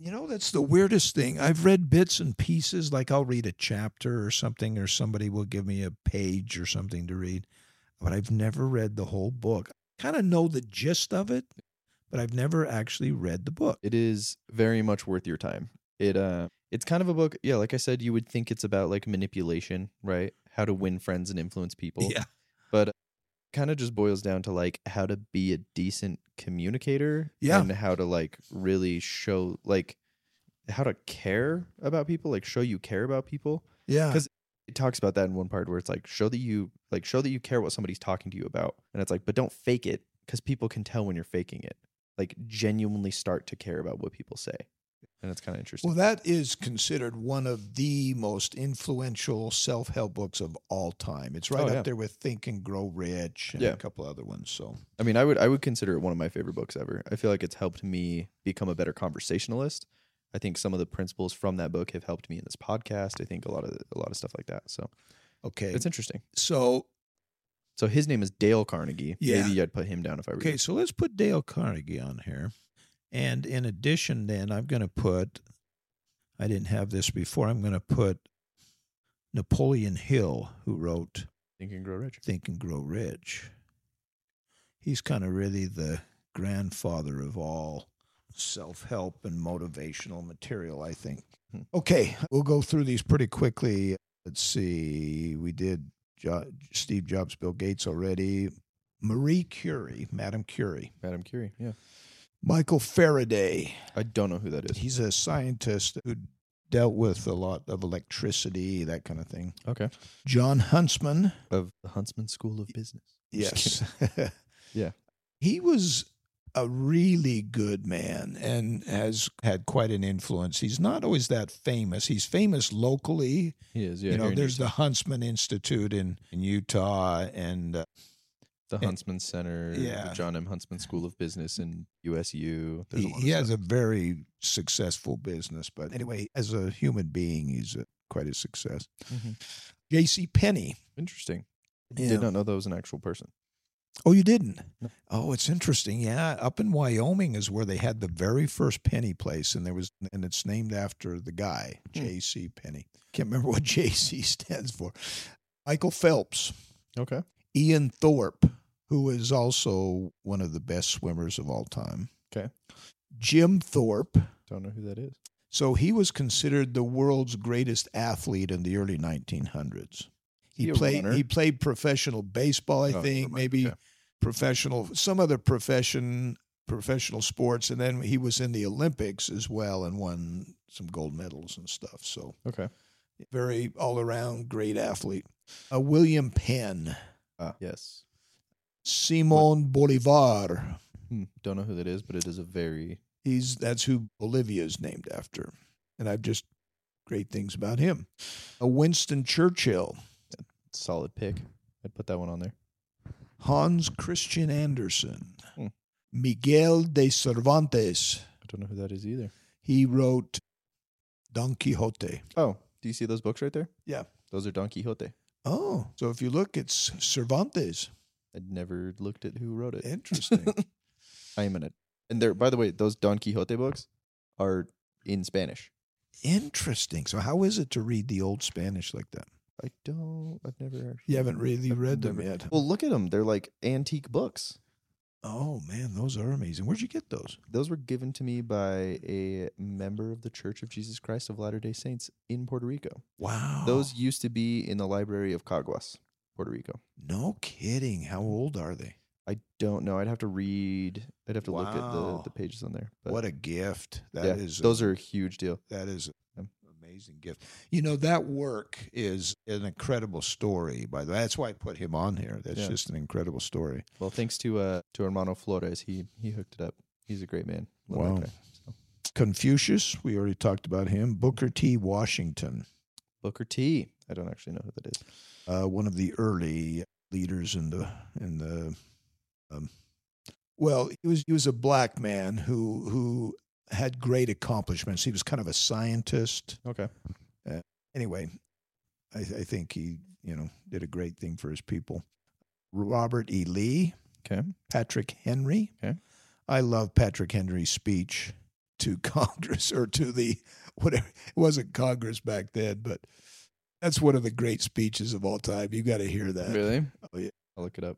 You know, that's the weirdest thing. I've read bits and pieces, like I'll read a chapter or something, or somebody will give me a page or something to read, but I've never read the whole book. I kind of know the gist of it, but I've never actually read the book. *laughs* it is very much worth your time it uh it's kind of a book yeah like i said you would think it's about like manipulation right how to win friends and influence people but uh, kind of just boils down to like how to be a decent communicator Yeah. and how to like really show like how to care about people like show you care about people Yeah. 'Cause- it talks about that in one part where it's like show that you like show that you care what somebody's talking to you about and it's like but don't fake it because people can tell when you're faking it like genuinely start to care about what people say and it's kind of interesting Well, that is considered one of the most influential self help books of all time. It's right Oh, up yeah. there with Think and Grow Rich and Yeah. a couple other ones. So, I mean, I would I would consider it one of my favorite books ever. I feel like it's helped me become a better conversationalist. I think some of the principles from that book have helped me in this podcast. I think a lot of a lot of stuff like that. So okay. it's interesting. so, So his name is Dale Carnegie. Yeah. Maybe I'd put him down if I read. okay. it. So let's put Dale Carnegie on here. And in addition, then I'm going to put, I didn't have this before, I'm going to put Napoleon Hill, who wrote Think and Grow Rich. Think and Grow Rich. He's kind of really the grandfather of all self help and motivational material, I think. Hmm. Okay, we'll go through these pretty quickly. Let's see. We did jo- Steve Jobs, Bill Gates already, Marie Curie, Madame Curie, Madame Curie. Yeah. Michael Faraday. I don't know who that is. He's a scientist who dealt with a lot of electricity, that kind of thing. Okay. John Huntsman. Of the Huntsman School of Business. Yes. Just *laughs* *laughs* Yeah. He was a really good man and has had quite an influence. He's not always that famous. He's famous locally. He is. Yeah. you know, here in there's the Huntsman Institute in, in Utah and uh, the Huntsman Center, Yeah. the John M. Huntsman School of Business in USU. There's he, a lot he of has stuff. a very successful business. But anyway, as a human being, he's a, quite a success. Mhm. J.C. Penney. Interesting. Yeah. Did not know that was an actual person. Oh, you didn't? No. Oh, it's interesting. Yeah, up in Wyoming is where they had the very first penny place, and there was, and it's named after the guy, Hmm. J.C. Penny. Can't remember what *laughs* J.C. stands for. Michael Phelps, Okay. Ian Thorpe, who is also one of the best swimmers of all time. Okay. Jim Thorpe. Don't know who that is. So he was considered the world's greatest athlete in the early 1900s. He He a played runner? he played professional baseball, I Oh, think, never mind. maybe Okay. professional some other profession professional sports and then he was in the Olympics as well and won some gold medals and stuff. So Okay. very all-around great athlete. Uh, William Penn, Ah, yes. Simon Bolivar. Hmm. Don't know who that is, but it is a very He's that's who Bolivia is named after. And I've just great things about him. Uh, Winston Churchill. solid pick. I'd put that one on there. Hans Christian Andersen, Hmm. Miguel de Cervantes. I don't know who that is either. He wrote Don Quixote. Oh, do you see those books right there? Yeah. Those are Don Quixote. Oh, so if you look, it's Cervantes. I'd never looked at who wrote it. *laughs* Interesting. I am in it. And there, by the way, those Don Quixote books are in Spanish. Interesting. So how is it to read the old Spanish like that? I don't. I've never. You haven't really I've read them never- yet. Well, look at them. They're like antique books. Oh man, those are amazing. Where'd you get those? Those were given to me by a member of the Church of Jesus Christ of Latter Day Saints in Puerto *gasps* Rico. Wow. Those used to be in the library of Caguas, Puerto Rico. No kidding. How old are they? I don't know. I'd have to read. I'd have to look at the, Wow. the pages on there. But What a gift. That yeah, is. those are a huge deal. That is Yeah. an amazing gift. You know, that work is an incredible story, by the way. That's why I put him on here. That's Yeah. just an incredible story. Well, thanks to uh to Hermano Flores, he he hooked it up. He's a great man. Love that Wow. guy. So, Confucius, we already talked about him. Booker T. Washington, Booker T. I don't actually know who that is. uh, one of the early leaders in the in the um, well, he was he was a black man who who had great accomplishments. He was kind of a scientist. Okay. anyway, I, I think he, you know, did a great thing for his people. Robert E. Lee, Okay. Patrick Henry. Okay. I love Patrick Henry's speech to *laughs* Congress or to the whatever. It wasn't Congress back then, but that's one of the great speeches of all time. You got to hear that. Really? Oh, yeah. I'll look it up.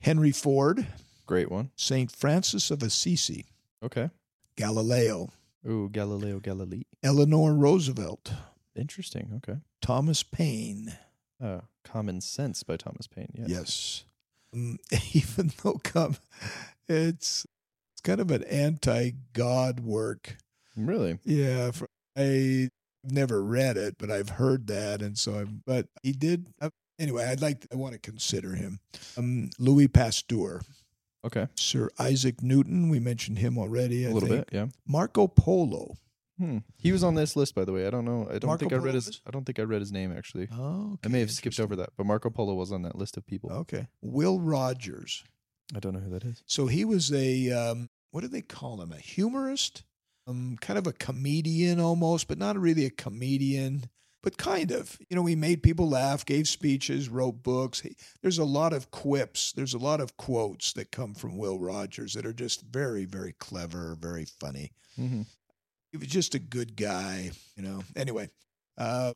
Henry Ford, Great one. St. Francis of Assisi, Okay. Galileo, Ooh, Galileo Galilei. Eleanor Roosevelt, Interesting. Okay. Thomas Paine. Uh, Common Sense by Thomas Paine. Yes. Yes. Mm, *laughs* Even though come, it's it's kind of an anti-God work. Really? Yeah, for, I've never read it, but I've heard that, and so I'm. But he did. uh, anyway, I'd like. I want to consider him. Um, Louis Pasteur, Okay. Sir Isaac Newton. We mentioned him already. I a little think. bit. *laughs* Yeah. Marco Polo. Hmm. He was on this list, by the way. I don't know. I don't Marco think I read Polo his. was? I don't think I read his name actually. Oh, I may have skipped over that, but Marco Polo was on that list of people. Okay. Will Rogers. I don't know who that is. So he was a um, what do they call him? A humorist, um, kind of a comedian almost, but not really a comedian, but kind of. You know, he made people laugh, gave speeches, wrote books. He, there's a lot of quips. There's a lot of quotes that come from Will Rogers that are just very, very clever, very funny. hmm He was just a good guy, you know. Anyway, uh,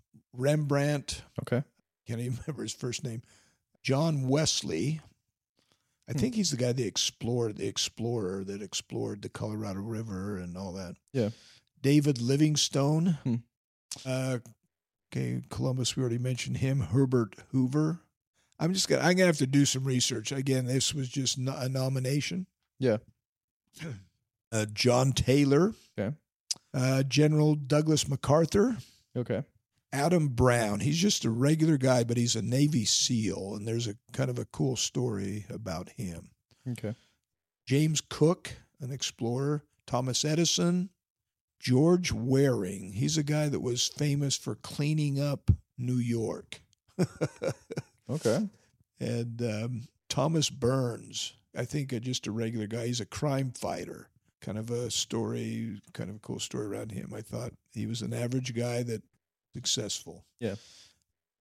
Rembrandt, Okay. can't even *laughs* remember his first name. John Wesley. I Hmm. think he's the guy that explored the explorer that explored the Colorado River and all that. Yeah. David Livingstone. Hmm. Uh, okay, Columbus. We already mentioned him. Herbert Hoover. I'm just gonna. I'm gonna have to do some research again. This was just no- *clears throat* a nomination. Yeah. Uh, John Taylor. Okay. uh, General Douglas MacArthur, Okay. Adam Brown. He's just a regular guy, but he's a Navy SEAL, and there's a kind of a cool story about him. Okay. James Cook, an explorer, Thomas Edison, George Waring. He's a guy that was famous for cleaning up New York. Okay. and um, Thomas Burns. I think uh, just a regular guy. He's a crime fighter. Kind of a story, kind of a cool story around him. I thought he was an average guy that successful. Yeah.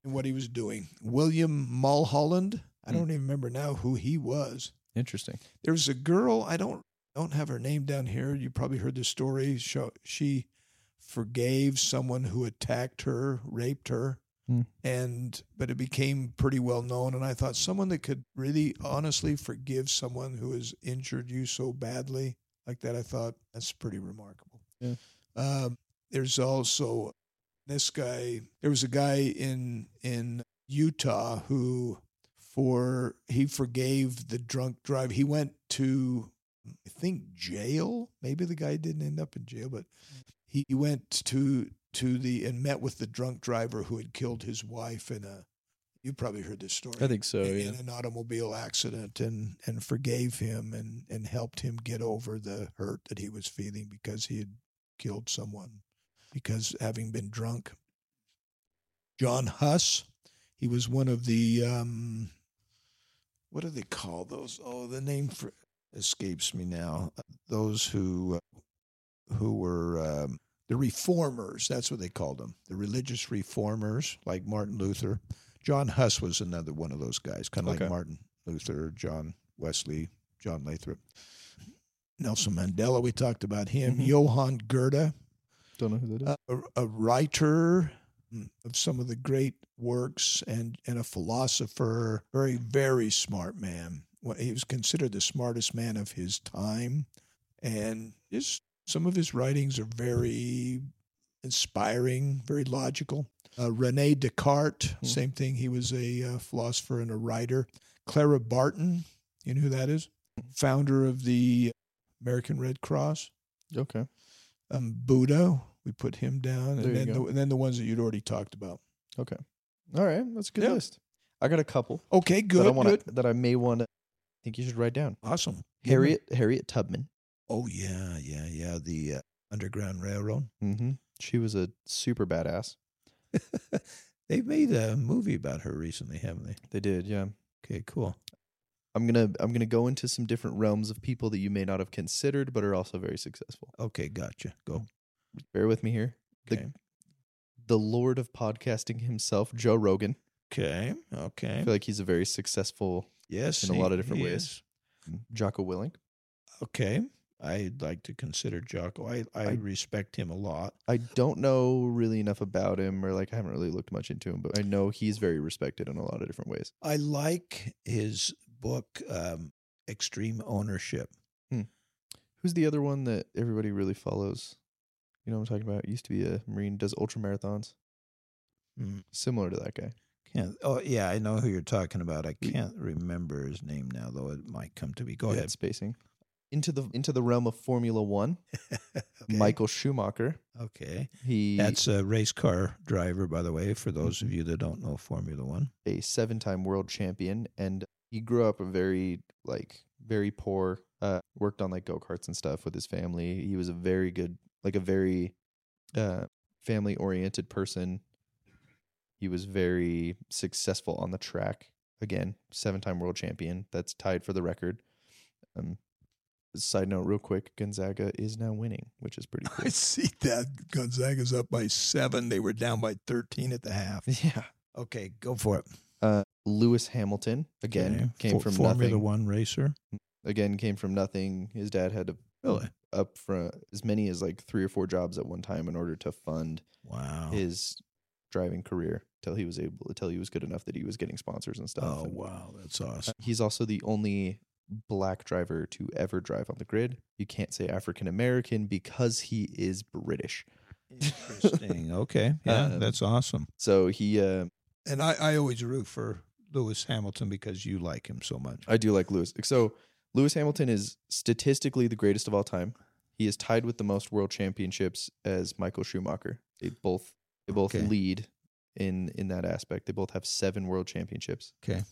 And what he was doing. William Mulholland. I Hmm. don't even remember now who he was. Interesting. There was a girl. I don't don't have her name down here. You probably heard the story. Sho- She forgave someone who attacked her, raped her, Hmm. and but it became pretty well known. And I thought someone that could really honestly forgive someone who has injured you so badly like that. I thought that's pretty remarkable. Yeah. Um, there's also this guy. There was a guy in in Utah who for he forgave the drunk drive. He went to I think jail. Maybe the guy didn't end up in jail, but he, he went to to the and met with the drunk driver who had killed his wife in a you probably heard this story. I think so. in, Yeah. in an automobile accident and and forgave him and and helped him get over the hurt that he was feeling because he had killed someone because having been drunk. John Huss, he was one of the um, What do they call those? Oh, the name for escapes me now. Those who uh, who were um, the reformers. That's what they called them, the religious reformers, like Martin Luther. John Huss was another one of those guys, kind of Okay. like Martin Luther, John Wesley, John Lathrop, Nelson Mandela. We talked about him. Mhm. Johann Goethe, Don't know who that is. a, a writer mm, of some of the great works and, and a philosopher, very, very smart man. Well, He was considered the smartest man of his time. And his, some of his writings are very inspiring, very logical. Uh, Rene Descartes, Hmm. same thing. He was a uh, philosopher and a writer. Clara Barton, you know who that is? Hmm. Founder of the American Red Cross okay. um, Buddha. We put him down, There you and then go. the, and then the ones that you'd already talked about. All right. That's a good Yeah. list. I got a couple Okay, that I good, want good, to that I may want to. think you should write down. awesome. Give me- Harriet Harriet Tubman. Oh yeah, yeah, yeah. The uh, Underground Railroad. Mm-hmm. She was a super badass. They've made a movie about her recently, haven't they? They did. Yeah. Okay, cool. I'm gonna I'm gonna go into some different realms of people that you may not have considered, but are also very successful. Okay, gotcha. Go. Bear with me here. The- Okay. The Lord of Podcasting himself, Joe Rogan. Okay. I Okay. feel like he's a very successful Yes. in a he- lot of different he ways. is. Jocko Willing. Okay. I'd like to consider Jocko. I, I, I- respect him a lot. I don't know really enough about him, or like I haven't really looked much into him, but I know he's very respected in a lot of different ways. I like his book, um, Extreme Ownership. Who's the other one that everybody really follows? You know what I'm talking about? Used to be a Marine, does ultra marathons. Hmm. Similar to that guy. Can't, oh yeah, I know who you're talking about. I We- can't remember his name now, though it might come to me. Go Good ahead. Spacing. Into the into the realm of Formula One. *laughs* Okay. Michael Schumacher. Okay, He that's a race car driver, by the way. For those of you that don't know Formula *laughs* One, a seven time world champion and he grew up a very like very poor uh worked on like go-karts and stuff with his family he was a very good like a very uh family oriented person he was very successful on the track again seven time world champion that's tied for the record um side note real quick gonzaga is now winning which is pretty cool see that Gonzaga's up by seven. They were down by thirteen at the *laughs* half. yeah Okay, go for it. uh lewis hamilton again Okay. came For- from Formula nothing One racer. again came from nothing. His dad had to Really? up front as many as like three or four jobs at one time in order to fund Wow. his driving career till he was able till he was good enough that he was getting sponsors and stuff. oh And uh, wow, that's awesome. He's also the only black driver to ever drive on the grid. You can't say African American because he is British. *laughs* Interesting. okay, yeah, Um, that's awesome. So he uh, And I, I always root for Lewis Hamilton because you like him so much. I do like Lewis. So Lewis Hamilton is statistically the greatest of all time. He is tied with the most world championships as Michael Schumacher. They both they both Okay. lead in in that aspect. They both have seven world championships. Okay.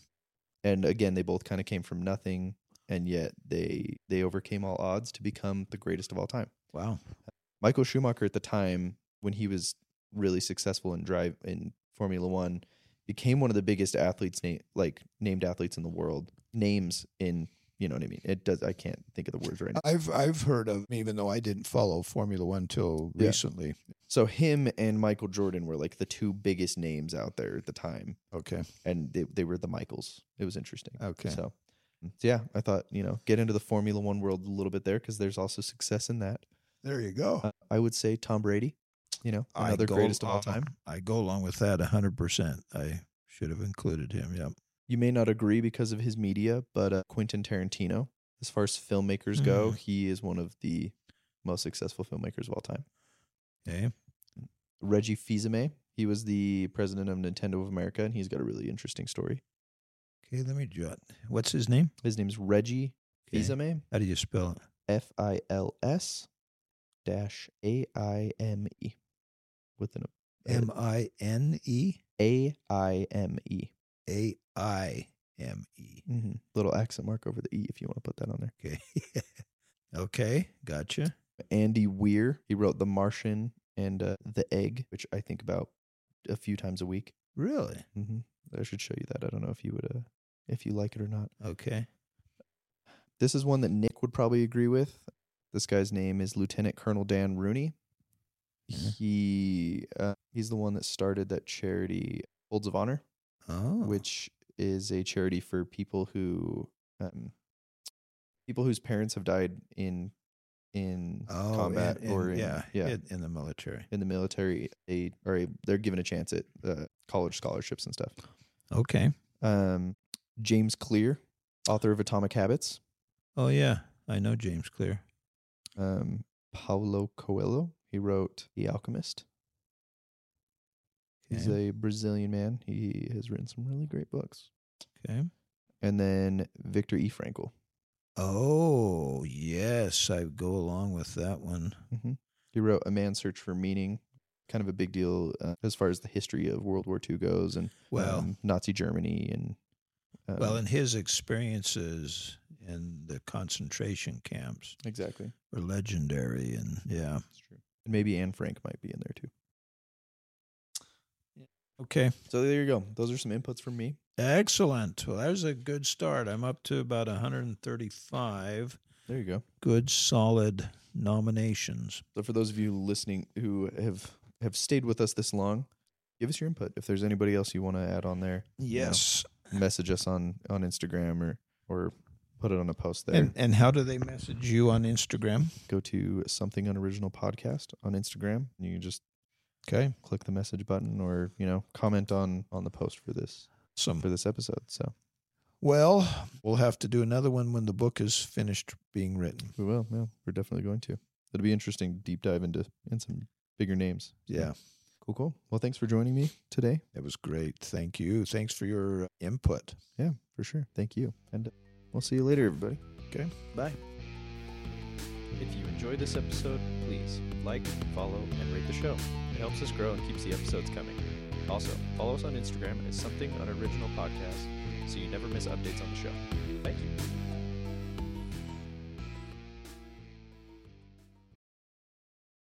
And again, they both kind of came from nothing and yet they they overcame all odds to become the greatest of all time. Wow. Michael Schumacher at the time when he was really successful in drive in Formula 1 became one of the biggest athletes na- like named athletes in the world names in you know what I mean it does I can't think of the words Uh, right now I've I've heard of even though I didn't follow Formula One till Yeah. recently. so him and Michael Jordan were like the two biggest names out there at the time Okay. and they they were the Michaels it was interesting Okay. so so yeah I thought you know get into the Formula 1 world a little bit there cuz there's also success in that There you go. Uh, I would say Tom Brady you know I another go greatest of all along- time I go along with that 100%. I should have included him. Yep. you may not agree because of his media, but uh, Quentin Tarantino, as far as filmmakers go, Mm-hmm. he is one of the most successful filmmakers of all time. Okay. Reggie Fils-Aimé, he was the president of Nintendo of America, and he's got a really interesting story. Okay, let me jot. What's his name? His name's Reggie Okay. Fils-Aimé, How do you spell it? F I L S dash A I M E, with an M I N E A I M E. A I M E. Mhm. Little accent mark over the E if you want to put that on there. Okay. *laughs* okay. Gotcha. Andy Weir. He wrote The Martian and uh, The Egg, which I think about a few times a week. Really? hmm I should show you that. I don't know if you would, uh, if you like it or not. Okay. This is one that Nick would probably agree with. This guy's name is Lieutenant Colonel Dan Rooney. Yeah. He uh, he's the one that started that charity Folds of Honor, Oh. which is a charity for people who um, people whose parents have died in in oh, combat in- in- or in, yeah, in- in the military. in the military they are a, they're given a chance at uh, college scholarships and stuff. Okay. Um, James Clear, author of Atomic Habits, Oh yeah, I know James Clear. um, Paulo Coelho. He wrote The Alchemist. He's Okay. a Brazilian man. He has written some really great books. okay. And then Victor E. Frankl. Oh yes, I go along with that one. He wrote A Man's Search for Meaning, kind of a big deal uh, as far as the history of World War II goes and Well, um, Nazi Germany and um, well, and his experiences in the concentration camps exactly. were legendary, and yeah. That's true. And maybe Anne Frank might be in there too. Okay. So there you go. Those are some inputs from me. Excellent. Well, that was a good start. I'm up to about 135 There you go. good solid nominations. So for those of you listening who have have stayed with us this long, give us your input. If there's anybody else you want to add on there, you know, Yes. message us on on Instagram or or put it on a post there. And and how do they message you on Instagram? go to something unoriginal podcast on Instagram. You can just Okay. click the message button or you know comment on on the post for this Some for this episode. So Well, we'll have to do another one when the book is finished being written. we will. Yeah, we're definitely going to. It'll be interesting deep dive into in some bigger names. Yeah, Cool, cool. Well, thanks for joining me today. that was great. Thank you. Thanks for your input. Yeah, for sure. Thank you. And we'll see you later, everybody. Okay. Bye. If you enjoyed this episode, please like, follow, and rate the show. It helps us grow and keeps the episodes coming. Also, follow us on Instagram as something unoriginal podcast so you never miss updates on the show. Thank you.